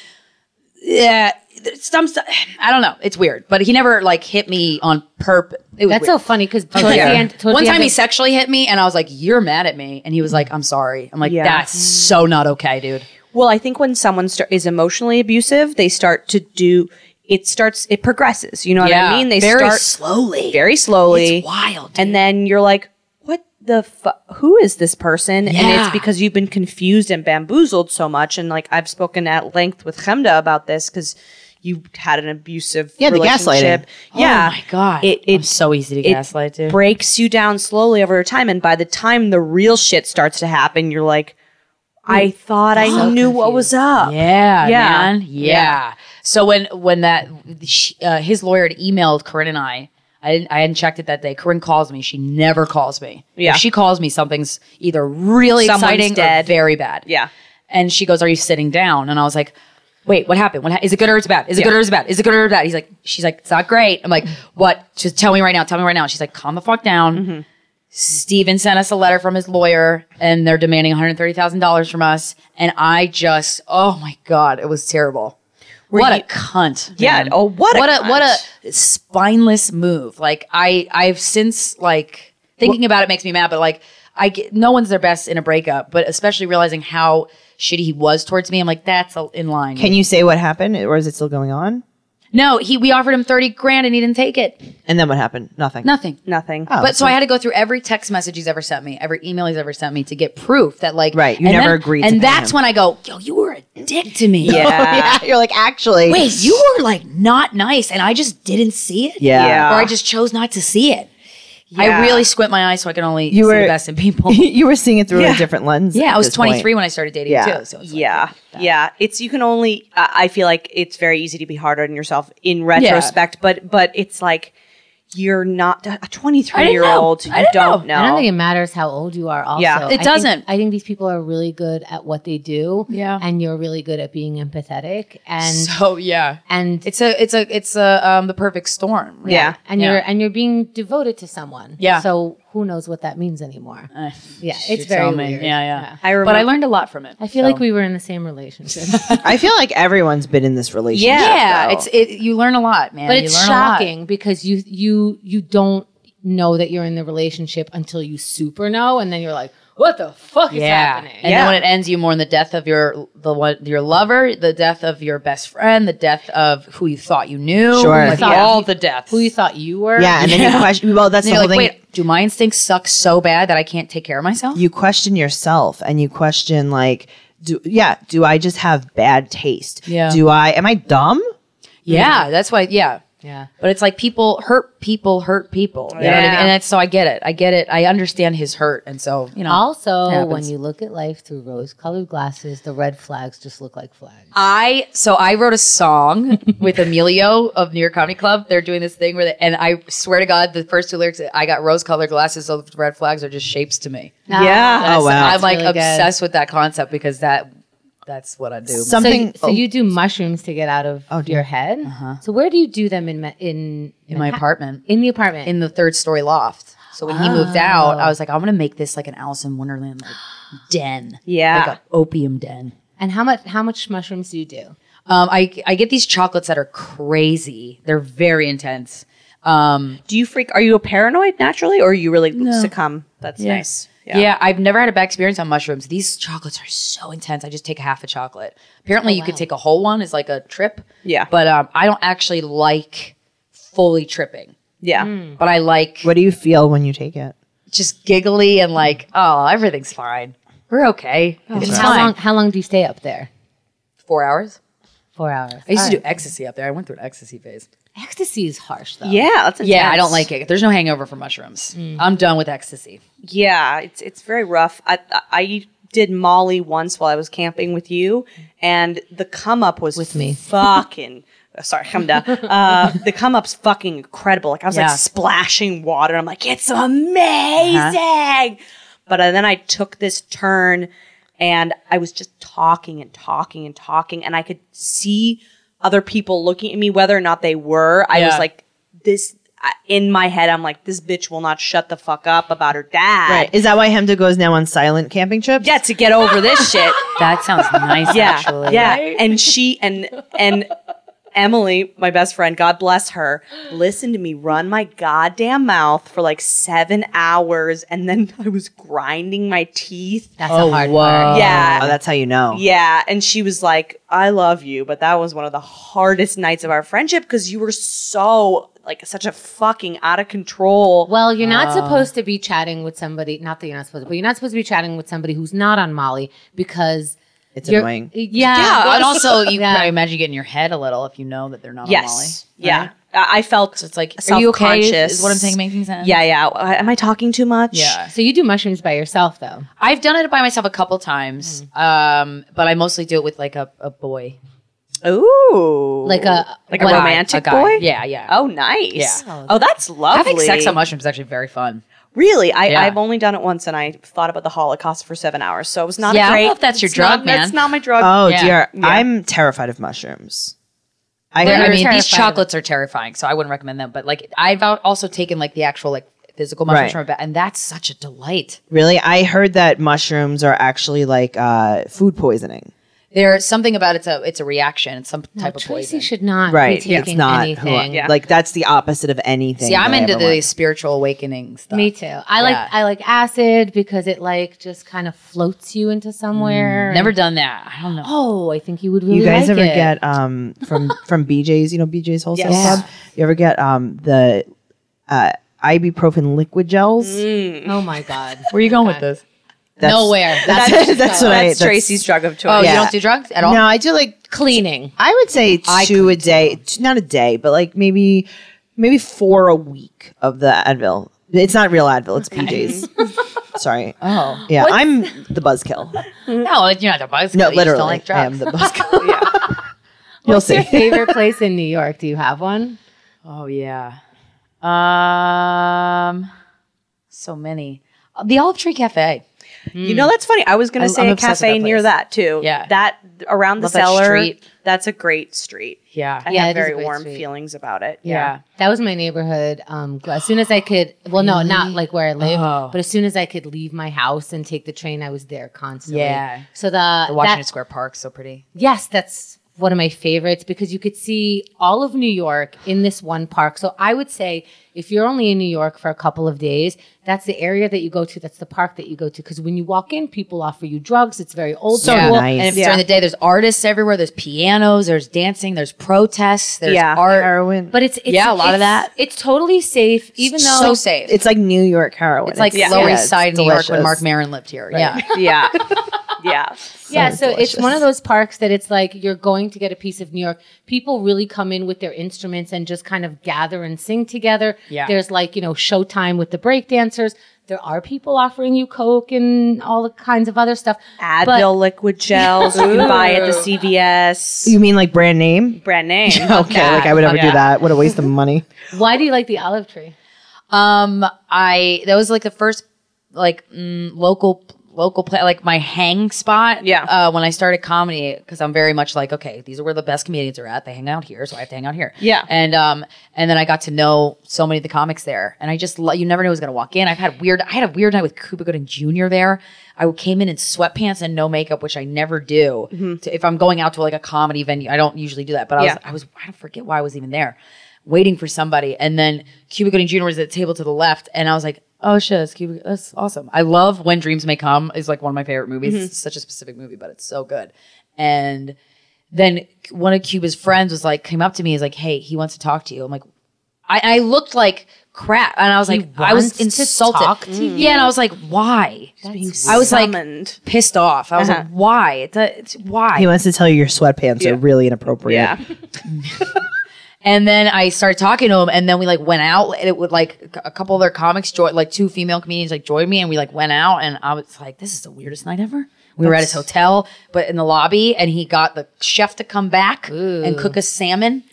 [SPEAKER 4] Yeah, there's some. stu- I don't know. It's weird, but he never like hit me on purpose. It was
[SPEAKER 3] That's so
[SPEAKER 4] weird.
[SPEAKER 3] funny because towards
[SPEAKER 4] Yeah.
[SPEAKER 3] the end, towards
[SPEAKER 4] One
[SPEAKER 3] the
[SPEAKER 4] time
[SPEAKER 3] end
[SPEAKER 4] he
[SPEAKER 3] of-
[SPEAKER 4] sexually hit me, and I was like, "You're mad at me," and he was like, "I'm sorry." I'm like,
[SPEAKER 2] Yeah.
[SPEAKER 4] "That's so not okay, dude."
[SPEAKER 2] Well, I think when someone star- is emotionally abusive, they start to do, it starts, it progresses. You know what I mean? They
[SPEAKER 4] very
[SPEAKER 2] start
[SPEAKER 4] slowly.
[SPEAKER 2] very slowly.
[SPEAKER 4] It's wild, dude.
[SPEAKER 2] And then you're like, what the fu- who is this person? And
[SPEAKER 4] Yeah.
[SPEAKER 2] it's because you've been confused and bamboozled so much. And like I've spoken at length with Chemda about this because you had an abusive
[SPEAKER 1] Yeah, the
[SPEAKER 2] relationship.
[SPEAKER 1] gaslighting.
[SPEAKER 2] Yeah.
[SPEAKER 4] Oh my god.
[SPEAKER 2] It
[SPEAKER 4] I'm
[SPEAKER 2] it
[SPEAKER 4] so easy to
[SPEAKER 2] it
[SPEAKER 4] gaslight dude.
[SPEAKER 2] breaks you down slowly over time and by the time the real shit starts to happen, you're like I thought I
[SPEAKER 3] So
[SPEAKER 2] knew what was up.
[SPEAKER 4] Yeah,
[SPEAKER 2] Yeah.
[SPEAKER 4] man. Yeah. So when when that she, uh, his lawyer had emailed Corinne and I, I didn't I hadn't checked it that day. Corinne calls me. She never calls me.
[SPEAKER 2] Yeah.
[SPEAKER 4] If she calls me, something's either really
[SPEAKER 2] Someone's
[SPEAKER 4] exciting
[SPEAKER 2] dead.
[SPEAKER 4] or very bad.
[SPEAKER 2] Yeah.
[SPEAKER 4] And she goes, "Are you sitting down?" And I was like. Wait, what happened? What ha- is it good or it's bad? Is it good or it's bad? Is it good or it's bad? He's like, she's like, it's not great. I'm like, what? Just tell me right now. Tell me right now. She's like, calm the fuck down. Steven sent us a letter from his lawyer and they're demanding $130,000 from us. And I just, oh my God, it was terrible. what
[SPEAKER 2] you-
[SPEAKER 4] a cunt.
[SPEAKER 2] Yeah,
[SPEAKER 4] man.
[SPEAKER 2] oh, what a
[SPEAKER 4] what a, what
[SPEAKER 2] cunt.
[SPEAKER 4] a spineless move. Like I, I've since like thinking about it makes me mad, but like I get, no one's their best in a breakup, but especially realizing how shitty he was towards me. I'm like, that's a- in line.
[SPEAKER 1] Can you say what happened, or is it still going on?
[SPEAKER 4] no, he, we offered him 30 grand and he didn't take it.
[SPEAKER 1] And then what happened? Nothing.
[SPEAKER 4] Nothing.
[SPEAKER 2] Nothing.
[SPEAKER 1] Oh,
[SPEAKER 4] But so I had to go through every text message he's ever sent me, every email he's ever sent me to get proof that like
[SPEAKER 1] Right, you
[SPEAKER 4] and
[SPEAKER 1] never
[SPEAKER 4] then-
[SPEAKER 1] agreed to
[SPEAKER 4] And
[SPEAKER 1] pay
[SPEAKER 4] that's
[SPEAKER 1] him.
[SPEAKER 4] when I go, yo, you were a dick to me.
[SPEAKER 2] Yeah.
[SPEAKER 1] yeah, you're like actually.
[SPEAKER 4] Wait, you were like not nice, and I just didn't see it.
[SPEAKER 1] Yeah.
[SPEAKER 2] Yeah.
[SPEAKER 4] Or I just chose not to see it.
[SPEAKER 2] Yeah.
[SPEAKER 4] I really squint my eyes so I can only
[SPEAKER 1] You
[SPEAKER 4] see
[SPEAKER 1] were-
[SPEAKER 4] the best in people.
[SPEAKER 1] you were seeing it through
[SPEAKER 2] Yeah.
[SPEAKER 1] a different lens.
[SPEAKER 4] yeah,
[SPEAKER 1] at
[SPEAKER 4] I was
[SPEAKER 1] this point.
[SPEAKER 4] 23 when I started dating
[SPEAKER 1] Yeah.
[SPEAKER 4] too. So it's like-
[SPEAKER 2] yeah yeah it's you can only I i feel like it's very easy to be hard on yourself in retrospect but but it's like you're not a 23 year old you
[SPEAKER 4] I didn't
[SPEAKER 2] don't know,
[SPEAKER 4] know.
[SPEAKER 3] I don't think it matters how old you are. Also,
[SPEAKER 2] Yeah. It
[SPEAKER 3] I think-
[SPEAKER 4] doesn't.
[SPEAKER 3] I think these people are really good at what they do.
[SPEAKER 4] Yeah.
[SPEAKER 3] and you're really good at being empathetic and
[SPEAKER 4] so yeah,
[SPEAKER 3] and
[SPEAKER 4] it's a it's a it's a um the perfect storm. really.
[SPEAKER 2] yeah
[SPEAKER 3] and
[SPEAKER 4] yeah.
[SPEAKER 3] you're and you're being devoted to someone.
[SPEAKER 4] Yeah.
[SPEAKER 3] So who knows what that means anymore?
[SPEAKER 4] Eh,
[SPEAKER 3] yeah,
[SPEAKER 4] you
[SPEAKER 3] it's very
[SPEAKER 4] tell me.
[SPEAKER 3] weird.
[SPEAKER 4] Yeah, yeah.
[SPEAKER 2] i remember
[SPEAKER 4] But I learned a lot from it.
[SPEAKER 3] I feel
[SPEAKER 4] so.
[SPEAKER 3] like we were in the same relationship,
[SPEAKER 1] I feel like everyone's been in this relationship.
[SPEAKER 2] Yeah,
[SPEAKER 4] Yeah,
[SPEAKER 1] though.
[SPEAKER 4] it's it. You learn a lot, man.
[SPEAKER 3] but
[SPEAKER 4] You
[SPEAKER 3] it's
[SPEAKER 4] learn a lot.
[SPEAKER 3] shocking because you you you don't know that you're in the relationship until you super know, and then you're like, what the fuck is
[SPEAKER 4] yeah.
[SPEAKER 3] happening?
[SPEAKER 4] And
[SPEAKER 2] Yeah.
[SPEAKER 4] then when it ends, you mourn the death of your the one your lover, the death of your best friend, the death of who you thought you knew,
[SPEAKER 1] Sure.
[SPEAKER 4] like
[SPEAKER 3] Yeah.
[SPEAKER 4] all the deaths.
[SPEAKER 3] who you thought you were?
[SPEAKER 1] yeah, and then you question. Well, that's
[SPEAKER 4] and
[SPEAKER 1] the
[SPEAKER 4] you're
[SPEAKER 1] whole
[SPEAKER 4] like,
[SPEAKER 1] thing.
[SPEAKER 4] wait, do my instincts suck so bad that I can't take care of myself?
[SPEAKER 1] you question yourself and you question like do yeah do i just have bad taste
[SPEAKER 4] Yeah.
[SPEAKER 1] do i am i dumb
[SPEAKER 4] yeah, that's why. Yeah,
[SPEAKER 3] Yeah.
[SPEAKER 4] But it's like people hurt people hurt people. You know what I mean?
[SPEAKER 2] Yeah.
[SPEAKER 4] And that's, so I get it. I get it. I understand his hurt, and so you know.
[SPEAKER 3] Also,
[SPEAKER 4] happens.
[SPEAKER 3] when you look at life through rose-colored glasses, the red flags just look like flags.
[SPEAKER 4] I so I wrote a song with Emilio of New York Comedy Club. They're doing this thing where, they, and I swear to God, the first two lyrics, I got rose-colored glasses, so the red flags are just shapes to me.
[SPEAKER 2] yeah
[SPEAKER 1] oh wow
[SPEAKER 4] I'm like
[SPEAKER 3] really good.
[SPEAKER 4] obsessed with that concept because that that's what I do.
[SPEAKER 3] So,
[SPEAKER 1] something
[SPEAKER 4] oh.
[SPEAKER 3] so you do mushrooms to get out of your head. So where do you do them in Ma- in
[SPEAKER 4] Uh-huh. in my apartment,
[SPEAKER 3] in the apartment?
[SPEAKER 4] in the third story loft. So when he moved out, I was like, I'm gonna make this like an Alice in Wonderland like, den,
[SPEAKER 2] Yeah.
[SPEAKER 4] like an opium den.
[SPEAKER 3] and how much how much mushrooms do you do?
[SPEAKER 4] Um, I I get these chocolates that are crazy. They're very intense. Um,
[SPEAKER 2] do you freak are you a paranoid naturally or you really succumb that's nice
[SPEAKER 4] Yeah. I've never had a bad experience on mushrooms. These chocolates are so intense. I just take half a chocolate. Apparently, you could take a whole one as like a trip.
[SPEAKER 2] Yeah.
[SPEAKER 4] but um, I don't actually like fully tripping.
[SPEAKER 2] yeah
[SPEAKER 4] But I like
[SPEAKER 1] what do you feel when you take it
[SPEAKER 4] just giggly and like, oh, everything's fine. We're okay. it's
[SPEAKER 3] And
[SPEAKER 4] fine.
[SPEAKER 3] how long how long do you stay up there?
[SPEAKER 4] Four hours.
[SPEAKER 3] Four hours.
[SPEAKER 4] I used
[SPEAKER 3] All
[SPEAKER 4] to
[SPEAKER 3] right.
[SPEAKER 4] do ecstasy up there. I went through an ecstasy phase.
[SPEAKER 3] ecstasy is harsh though.
[SPEAKER 2] yeah that's intense.
[SPEAKER 4] Yeah, I don't like it. There's no hangover for mushrooms. I'm done with ecstasy.
[SPEAKER 2] Yeah, it's it's very rough. I I did Molly once while I was camping with you, and the come up was with
[SPEAKER 3] me.
[SPEAKER 2] Fucking sorry, come down. Uh, the come up's fucking incredible. Like I was
[SPEAKER 4] Yeah.
[SPEAKER 2] like splashing water. I'm like, it's amazing. But uh, then I took this turn, and I was just talking and talking and talking, and I could see other people looking at me, whether or not they were. I was
[SPEAKER 4] Yeah.
[SPEAKER 2] like this. I- In my head, I'm like, this bitch will not shut the fuck up about her dad.
[SPEAKER 1] is that why hemda goes now on silent camping trips
[SPEAKER 2] Yeah, to get over this shit.
[SPEAKER 4] That sounds nice.
[SPEAKER 2] Yeah,
[SPEAKER 4] actually.
[SPEAKER 2] yeah. And she and and Emily, my best friend, God bless her, listened to me run my goddamn mouth for like seven hours, and then I was grinding my teeth.
[SPEAKER 3] That's
[SPEAKER 4] Oh,
[SPEAKER 3] a hard word.
[SPEAKER 2] yeah,
[SPEAKER 1] oh that's how you know
[SPEAKER 2] yeah. And she was like, "I love you," but that was one of the hardest nights of our friendship because you were so like such a fucking out of control.
[SPEAKER 3] Well, you're
[SPEAKER 1] Ah.
[SPEAKER 3] not supposed to be chatting with somebody. Not that you're not supposed to, but you're not supposed to be chatting with somebody who's not on Molly because
[SPEAKER 1] It's
[SPEAKER 3] You're-
[SPEAKER 1] annoying.
[SPEAKER 3] Yeah.
[SPEAKER 4] Yeah, and also you
[SPEAKER 3] Yeah.
[SPEAKER 4] can probably imagine getting your head a little if you know that they're not on Molly.
[SPEAKER 2] Yes. Yeah. I I felt
[SPEAKER 4] So it's like, are you okay? Is- Is,
[SPEAKER 2] Self-conscious.
[SPEAKER 4] what I'm saying making sense?
[SPEAKER 2] Yeah, yeah. I- Am I talking too much?
[SPEAKER 4] Yeah.
[SPEAKER 3] So you do mushrooms by yourself though.
[SPEAKER 4] I've done it by myself a couple times, um, but I mostly do it with like a, a boy.
[SPEAKER 2] Ooh.
[SPEAKER 3] Like a-
[SPEAKER 2] like a
[SPEAKER 3] What?
[SPEAKER 4] a
[SPEAKER 2] romantic
[SPEAKER 4] guy.
[SPEAKER 2] boy.
[SPEAKER 4] Yeah, yeah.
[SPEAKER 2] Oh, nice.
[SPEAKER 4] Yeah.
[SPEAKER 2] Oh, that's lovely.
[SPEAKER 4] Having sex on mushrooms is actually very fun.
[SPEAKER 2] Really, I,
[SPEAKER 4] Yeah.
[SPEAKER 2] I've only done it once, and I thought about the Holocaust for seven hours. So it was not.
[SPEAKER 4] Yeah,
[SPEAKER 2] a
[SPEAKER 4] I don't
[SPEAKER 2] great,
[SPEAKER 4] know if that's your
[SPEAKER 2] it's not-
[SPEAKER 4] drug, man.
[SPEAKER 2] That's not my drug.
[SPEAKER 1] Oh
[SPEAKER 4] Yeah.
[SPEAKER 1] dear,
[SPEAKER 2] Yeah.
[SPEAKER 1] I'm terrified of mushrooms. I
[SPEAKER 3] They're-
[SPEAKER 4] I
[SPEAKER 1] heard,
[SPEAKER 4] mean,
[SPEAKER 3] terrified
[SPEAKER 4] these
[SPEAKER 3] of it.
[SPEAKER 4] chocolates are terrifying, so I wouldn't recommend them. But like, I've al- also taken like the actual like physical mushrooms
[SPEAKER 1] Right.
[SPEAKER 4] from a bed, and that's such a delight.
[SPEAKER 1] really, I heard that mushrooms are actually like uh, food poisoning.
[SPEAKER 4] There's something about it's a it's a reaction, it's some type of
[SPEAKER 3] Oh, Tracy
[SPEAKER 4] poison.
[SPEAKER 3] should not
[SPEAKER 1] Right,
[SPEAKER 3] be taking
[SPEAKER 1] it's not who I-
[SPEAKER 3] anything.
[SPEAKER 2] Yeah.
[SPEAKER 1] like that's the opposite of anything.
[SPEAKER 4] See, I'm
[SPEAKER 1] that I
[SPEAKER 4] into
[SPEAKER 1] ever
[SPEAKER 4] the
[SPEAKER 1] went.
[SPEAKER 4] spiritual awakening stuff.
[SPEAKER 3] Me too. I
[SPEAKER 4] Yeah.
[SPEAKER 3] like I like acid because it like just kind of floats you into somewhere.
[SPEAKER 4] Never done that. I don't know.
[SPEAKER 3] Oh, I think you would really.
[SPEAKER 1] Mm, You guys
[SPEAKER 3] like
[SPEAKER 1] ever
[SPEAKER 3] it.
[SPEAKER 1] get um from from BJ's? You know BJ's Wholesale
[SPEAKER 3] Yes.
[SPEAKER 1] Club. You ever get um the uh, ibuprofen liquid gels?
[SPEAKER 3] Oh my god.
[SPEAKER 4] Where are you going with this?
[SPEAKER 1] That's,
[SPEAKER 3] Nowhere.
[SPEAKER 1] That's,
[SPEAKER 3] That's
[SPEAKER 1] that's, what I.
[SPEAKER 2] that's Tracy's drug of choice.
[SPEAKER 4] Oh,
[SPEAKER 1] Yeah.
[SPEAKER 4] you don't do drugs at all?
[SPEAKER 1] No, I do like
[SPEAKER 3] cleaning.
[SPEAKER 1] I would say two a day, t- not a day, but like maybe maybe four a week of the Advil. It's not real Advil; it's PJs. Sorry.
[SPEAKER 4] Oh.
[SPEAKER 1] Yeah, I'm the buzzkill.
[SPEAKER 4] No, you're not the buzz.
[SPEAKER 1] No,
[SPEAKER 4] you
[SPEAKER 1] literally,
[SPEAKER 4] Just don't like
[SPEAKER 1] I
[SPEAKER 4] drugs.
[SPEAKER 1] am the buzzkill. You'll
[SPEAKER 3] What's
[SPEAKER 1] see.
[SPEAKER 3] your favorite place in New York? Do you have one?
[SPEAKER 4] Oh yeah. Um, so many. Uh, The Olive Tree Cafe.
[SPEAKER 2] You know, that's funny. I was going
[SPEAKER 4] I'm-
[SPEAKER 2] to say
[SPEAKER 4] I'm
[SPEAKER 2] a
[SPEAKER 4] obsessed with
[SPEAKER 2] cafe
[SPEAKER 4] that
[SPEAKER 2] near
[SPEAKER 4] place.
[SPEAKER 2] that too.
[SPEAKER 4] Yeah.
[SPEAKER 2] that around the
[SPEAKER 4] Love that
[SPEAKER 2] cellar.
[SPEAKER 4] street.
[SPEAKER 2] That's a great street.
[SPEAKER 4] Yeah.
[SPEAKER 2] I
[SPEAKER 3] Yeah, it
[SPEAKER 2] have
[SPEAKER 3] is a
[SPEAKER 2] very
[SPEAKER 3] great
[SPEAKER 2] warm
[SPEAKER 3] street.
[SPEAKER 2] feelings about it.
[SPEAKER 4] Yeah.
[SPEAKER 3] That was my neighborhood. Um, gl- as soon as I could, well, no, not like where I lived,
[SPEAKER 4] Oh.
[SPEAKER 3] but as soon as I could leave my house and take the train, I was there constantly.
[SPEAKER 4] Yeah.
[SPEAKER 3] So the,
[SPEAKER 4] The Washington
[SPEAKER 3] that-
[SPEAKER 4] Square Park's so pretty.
[SPEAKER 3] yes, that's one of my favorites because you could see all of New York in this one park. So I would say if you're only in New York for a couple of days, that's the area that you go to. That's the park that you go to because when you walk in, people offer you drugs. It's very old.
[SPEAKER 1] So
[SPEAKER 3] school.
[SPEAKER 1] cool. nice.
[SPEAKER 4] And if
[SPEAKER 1] Yeah.
[SPEAKER 4] during the day, there's artists everywhere. There's pianos. There's dancing. There's protests. There's
[SPEAKER 2] Yeah.
[SPEAKER 4] art.
[SPEAKER 1] heroin,
[SPEAKER 3] But it's, it's
[SPEAKER 4] Yeah, a lot of
[SPEAKER 3] it's-
[SPEAKER 4] that.
[SPEAKER 3] It's totally safe, even though
[SPEAKER 4] so safe.
[SPEAKER 1] it's like New York heroin.
[SPEAKER 4] It's like
[SPEAKER 2] Yeah.
[SPEAKER 4] Lower
[SPEAKER 2] Yeah,
[SPEAKER 4] East
[SPEAKER 1] it's
[SPEAKER 4] Side, New York, when
[SPEAKER 1] delicious.
[SPEAKER 4] Mark Maron lived here. Yeah.
[SPEAKER 2] yeah, yeah.
[SPEAKER 3] yeah, so it's one of those parks that it's like you're going to get a piece of New York. People really come in with their instruments and just kind of gather and sing together.
[SPEAKER 4] Yeah.
[SPEAKER 3] There's like, you know, showtime with the break dancers. There are people offering you Coke and all the kinds of other stuff.
[SPEAKER 2] Advil
[SPEAKER 3] But-
[SPEAKER 2] liquid gels you can buy at the CVS.
[SPEAKER 1] You mean like brand name?
[SPEAKER 2] Brand name.
[SPEAKER 1] Okay, like I would never do that. What a waste of money.
[SPEAKER 3] Why do you like the olive tree?
[SPEAKER 4] Um, I that was like the first like mm, local local play like my hang spot.
[SPEAKER 2] Yeah.
[SPEAKER 4] Uh, when I started comedy, because I'm very much like, okay, these are where the best comedians are at. They hang out here, so I have to hang out here.
[SPEAKER 2] Yeah.
[SPEAKER 4] And um, and then I got to know so many of the comics there, and I just lo- you never knew who was gonna walk in. I've had weird. I had a weird night with Cuba Gooding Jr. there. I came in in sweatpants and no makeup, which I never do. To- if I'm going out to like a comedy venue, I don't usually do that. But I
[SPEAKER 2] Mm-hmm. Yeah.
[SPEAKER 4] was I was I don't forget why I was even there, waiting for somebody, and then Cuba Gooding Jr. was at the table to the left, and I was like, oh shit, that's Cuba. That's awesome. I love When Dreams May Come is like one of my favorite movies.
[SPEAKER 2] Mm-hmm.
[SPEAKER 4] It's such a specific movie, but it's so good. And then one of Cuba's friends was like, came up to me, is like, hey, he wants to talk to you. I'm like, I, I looked like crap, and I was like, I
[SPEAKER 3] wants
[SPEAKER 4] was
[SPEAKER 3] to
[SPEAKER 4] insulted.
[SPEAKER 3] talk to
[SPEAKER 4] yeah, and I was like, why? I was like
[SPEAKER 2] Summoned.
[SPEAKER 4] pissed off. I was
[SPEAKER 3] Uh-huh.
[SPEAKER 4] like, why? It's, it's why?
[SPEAKER 1] He wants to tell you your sweatpants are really inappropriate.
[SPEAKER 2] Yeah.
[SPEAKER 4] And then I started talking to him, and then we like went out. And it would like a couple other comics joined, like two female comedians like joined me, and we like went out. And I was like, "This is the weirdest night ever." We were at his hotel, but in the lobby, and he got the chef to come back and cook us salmon at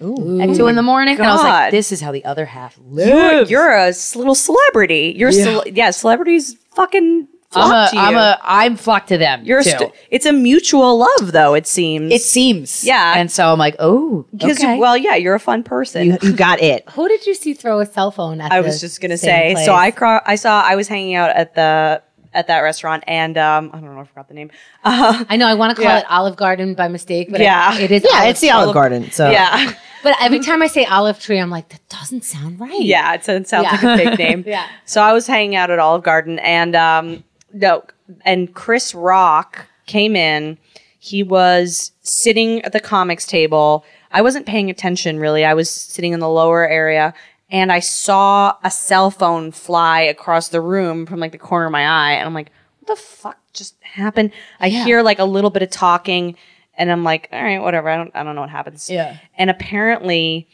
[SPEAKER 4] two in the morning. And I was like,
[SPEAKER 2] God.
[SPEAKER 4] "This is how the other half
[SPEAKER 2] You're,
[SPEAKER 4] lives."
[SPEAKER 2] you're a s- little celebrity. You're yeah, cel- yeah celebrities fucking
[SPEAKER 4] I'm
[SPEAKER 2] flock
[SPEAKER 4] a,
[SPEAKER 2] to you.
[SPEAKER 4] I'm a, I'm flocked to them.
[SPEAKER 2] You're a
[SPEAKER 4] too.
[SPEAKER 2] st- it's a mutual love though, it seems.
[SPEAKER 4] it seems,
[SPEAKER 2] Yeah.
[SPEAKER 4] And so I'm like, "Oh,
[SPEAKER 2] because
[SPEAKER 4] okay."
[SPEAKER 2] well, yeah, you're a fun person.
[SPEAKER 1] You, you got it.
[SPEAKER 3] Who did you see throw a cell phone at
[SPEAKER 2] I
[SPEAKER 3] the
[SPEAKER 2] was just gonna say.
[SPEAKER 3] same
[SPEAKER 2] So I
[SPEAKER 3] place?
[SPEAKER 2] cro- I saw I was hanging out at the at that restaurant and um I don't know I forgot the name. Uh,
[SPEAKER 3] I know I want to call
[SPEAKER 2] Yeah.
[SPEAKER 3] it Olive Garden by mistake, but
[SPEAKER 2] Yeah.
[SPEAKER 3] yeah. it is.
[SPEAKER 1] Yeah, it's the Olive Garden. So
[SPEAKER 2] yeah,
[SPEAKER 3] But every time I say olive tree, I'm like, that doesn't sound right.
[SPEAKER 2] yeah, it's, it sounds
[SPEAKER 3] Yeah.
[SPEAKER 2] like a fake name.
[SPEAKER 3] Yeah.
[SPEAKER 2] So I was hanging out at Olive Garden and um no and Chris Rock came in. He was sitting at the comics table. I wasn't paying attention really. I was sitting in the lower area and I saw a cell phone fly across the room from like the corner of my eye and I'm like, what the fuck just happen. I hear like a little bit of talking and I'm like, all right, whatever. I don't I don't know what happens.
[SPEAKER 4] Yeah.
[SPEAKER 2] And apparently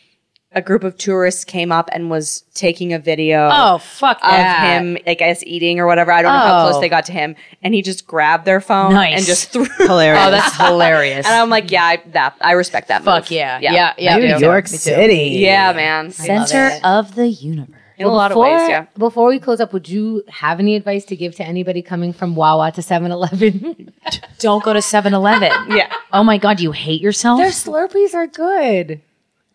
[SPEAKER 2] a group of tourists came up and was taking a video
[SPEAKER 4] Oh, fuck
[SPEAKER 2] of
[SPEAKER 4] that.
[SPEAKER 2] him, I guess, eating or whatever. I don't know how
[SPEAKER 4] Oh.
[SPEAKER 2] close they got to him. And he just grabbed their phone
[SPEAKER 4] Nice.
[SPEAKER 2] and just threw
[SPEAKER 1] Hilarious.
[SPEAKER 4] Oh, that's hilarious.
[SPEAKER 2] And I'm like, yeah, I, that I respect that.
[SPEAKER 4] fuck
[SPEAKER 2] move.
[SPEAKER 4] yeah. Yeah. Yeah.
[SPEAKER 1] New
[SPEAKER 4] yeah.
[SPEAKER 1] York City.
[SPEAKER 2] yeah, man.
[SPEAKER 4] Center of the universe.
[SPEAKER 2] In a lot of
[SPEAKER 3] before,
[SPEAKER 2] ways, yeah.
[SPEAKER 3] Before we close up, would you have any advice to give to anybody coming from Wawa to 7 Eleven?
[SPEAKER 4] Don't go to 7 Eleven.
[SPEAKER 2] Yeah.
[SPEAKER 4] Oh my God, do you hate yourself?
[SPEAKER 3] Their Slurpees are good.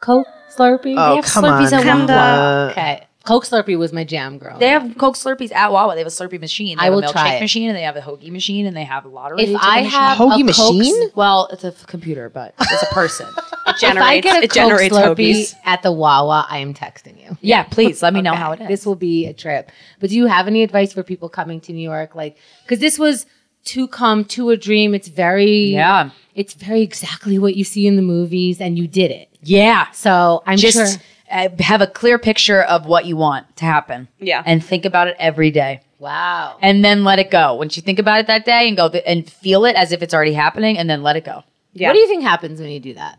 [SPEAKER 3] Coke Slurpee.
[SPEAKER 1] Oh,
[SPEAKER 4] They have
[SPEAKER 1] come
[SPEAKER 4] Slurpees
[SPEAKER 1] on.
[SPEAKER 4] at Wawa.
[SPEAKER 1] Wawa.
[SPEAKER 3] Okay. Coke Slurpee was my jam, girl.
[SPEAKER 4] They have Coke Slurpees at Wawa. They have a Slurpee machine. They
[SPEAKER 3] I
[SPEAKER 4] have
[SPEAKER 3] will
[SPEAKER 4] a milkshake
[SPEAKER 3] try it.
[SPEAKER 4] machine, and they have a hoagie machine, and they have a lottery.
[SPEAKER 3] if
[SPEAKER 4] ticket
[SPEAKER 3] I
[SPEAKER 4] machine.
[SPEAKER 3] have
[SPEAKER 1] Hoagie
[SPEAKER 3] a Coke-
[SPEAKER 1] machine?
[SPEAKER 3] well, it's a f- computer, but it's a person.
[SPEAKER 2] It
[SPEAKER 3] if
[SPEAKER 2] generates,
[SPEAKER 3] I get a
[SPEAKER 2] it
[SPEAKER 3] Coke
[SPEAKER 2] generates
[SPEAKER 3] Slurpee
[SPEAKER 2] hoagies.
[SPEAKER 3] at the Wawa, I am texting you.
[SPEAKER 4] yeah, please let me know how it is.
[SPEAKER 3] This will be a trip. But do you have any advice for people coming to New York? Like, because this was to come to a dream. It's very
[SPEAKER 4] Yeah.
[SPEAKER 3] It's very exactly what you see in the movies, and you did it.
[SPEAKER 4] yeah,
[SPEAKER 3] So I'm
[SPEAKER 4] just
[SPEAKER 3] sure.
[SPEAKER 4] uh, have a clear picture of what you want to happen.
[SPEAKER 2] Yeah.
[SPEAKER 4] and think about it every day,
[SPEAKER 3] Wow.
[SPEAKER 4] and then let it go. Once you think about it that day, and go th- and feel it as if it's already happening, and then let it go.
[SPEAKER 2] Yeah.
[SPEAKER 3] What do you think happens when you do that?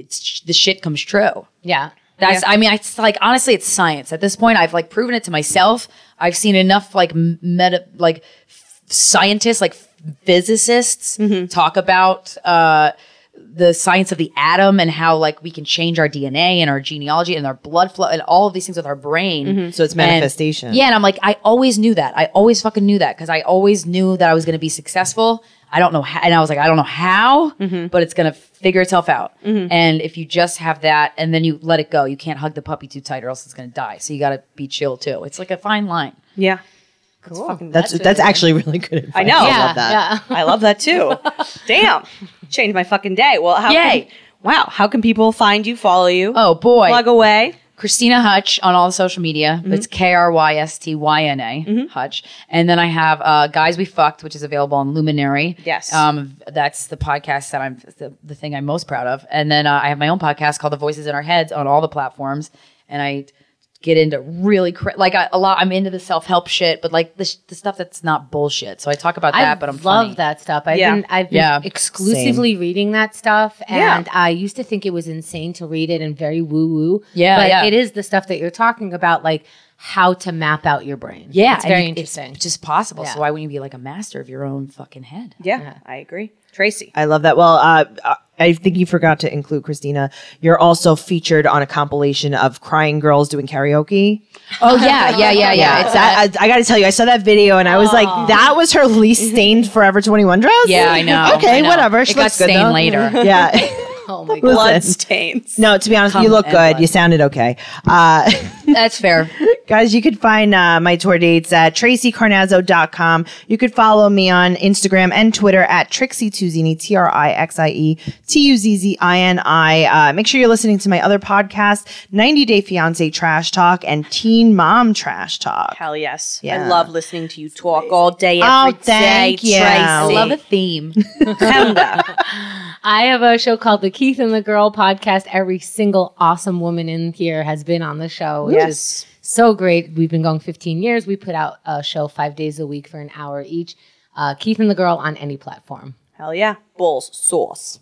[SPEAKER 4] It's sh- the shit comes true.
[SPEAKER 3] Yeah.
[SPEAKER 4] That's. I mean, it's like honestly, it's science. At this point, I've like proven it to myself. I've seen enough like m- meta, like f- scientists, like physicists talk about uh, the science of the atom and how like we can change our DNA and our genealogy and our blood flow and all of these things with our brain.
[SPEAKER 1] So it's
[SPEAKER 4] And-
[SPEAKER 1] manifestation.
[SPEAKER 4] yeah, and I'm like, I always knew that. I always fucking knew that because I always knew that I was going to be successful. I don't know how, and I was like, I don't know how, but it's going to figure itself out. And if you just have that, and then you let it go, you can't hug the puppy too tight, or else it's going to die. So you got to be chill too. It's like a fine line.
[SPEAKER 2] yeah.
[SPEAKER 1] That's that's, actually really good advice.
[SPEAKER 2] I know.
[SPEAKER 1] I
[SPEAKER 3] yeah.
[SPEAKER 1] love that.
[SPEAKER 3] Yeah.
[SPEAKER 2] I love that too. Damn. Changed my fucking day. Well, how
[SPEAKER 4] Yay.
[SPEAKER 2] Can, wow. How can people find you, follow you?
[SPEAKER 4] Oh boy,
[SPEAKER 2] Plug away.
[SPEAKER 4] Christina Hutch on all the social media. It's K R Y S T Y N A Hutch. And then I have uh, Guys We Fucked, which is available on Luminary.
[SPEAKER 2] Yes.
[SPEAKER 4] um, that's the podcast that I'm the, the thing I'm most proud of. And then uh, I have my own podcast called The Voices in Our Heads on all the platforms. And I get into really cra- like I, a lot. I'm into the self help shit, but like the, sh- the stuff that's not bullshit. So I talk about
[SPEAKER 3] I
[SPEAKER 4] that, but I'm
[SPEAKER 3] love
[SPEAKER 4] funny.
[SPEAKER 3] that stuff. I've
[SPEAKER 2] Yeah.
[SPEAKER 3] been I've been
[SPEAKER 4] Yeah.
[SPEAKER 3] exclusively reading that stuff, and I used to think it was insane to read it and very woo woo.
[SPEAKER 4] Yeah,
[SPEAKER 3] but
[SPEAKER 4] yeah.
[SPEAKER 3] it is the stuff that you're talking about, like how to map out your brain.
[SPEAKER 4] Yeah,
[SPEAKER 3] it's
[SPEAKER 4] and
[SPEAKER 3] very
[SPEAKER 4] you-
[SPEAKER 3] interesting.
[SPEAKER 4] It's just possible.
[SPEAKER 3] Yeah.
[SPEAKER 4] So why wouldn't you be like a master of your own fucking head?
[SPEAKER 2] Yeah, I agree. Tracy.
[SPEAKER 1] I love that. Well, uh, I- I think you forgot to include Christina. You're also featured on a compilation of crying girls doing karaoke.
[SPEAKER 4] Oh yeah, yeah, yeah, yeah.
[SPEAKER 1] It's that. I, I got to tell you, I saw that video and I was like, that was her least stained Forever 21 dress.
[SPEAKER 4] Mm-hmm. Yeah, I know.
[SPEAKER 1] Okay,
[SPEAKER 4] I know.
[SPEAKER 1] whatever.
[SPEAKER 4] It
[SPEAKER 1] She
[SPEAKER 4] got
[SPEAKER 1] looks good,
[SPEAKER 4] stained
[SPEAKER 1] though.
[SPEAKER 4] later.
[SPEAKER 1] Yeah.
[SPEAKER 3] oh my god.
[SPEAKER 2] Blood
[SPEAKER 1] Listen,
[SPEAKER 2] stains.
[SPEAKER 1] no, to be honest, you
[SPEAKER 4] Come
[SPEAKER 1] look
[SPEAKER 4] and
[SPEAKER 1] good.
[SPEAKER 4] blood.
[SPEAKER 1] You sounded okay. Uh,
[SPEAKER 4] That's fair.
[SPEAKER 1] guys, you could find uh, my tour dates at tracycarnazzo.com. You could follow me on Instagram and Twitter at Trixie Tuzini, T R I X I E T U Z Z I N I. Uh, Make sure you're listening to my other podcast, 90 Day Fiance Trash Talk and Teen Mom Trash Talk.
[SPEAKER 2] Hell yes.
[SPEAKER 1] Yeah.
[SPEAKER 2] I love listening to you talk all day,
[SPEAKER 1] Oh,
[SPEAKER 2] every day.
[SPEAKER 1] thank you.
[SPEAKER 2] Tracy.
[SPEAKER 1] I
[SPEAKER 4] Love a theme.
[SPEAKER 2] Kenda.
[SPEAKER 3] I have a show called the Keith and the Girl podcast. Every single awesome woman in here has been on the show, which is
[SPEAKER 2] yes.
[SPEAKER 3] so great. We've been going 15 years. We put out a show five days a week for an hour each. Uh, Keith and the Girl on any platform.
[SPEAKER 2] Hell yeah. Bulls sauce.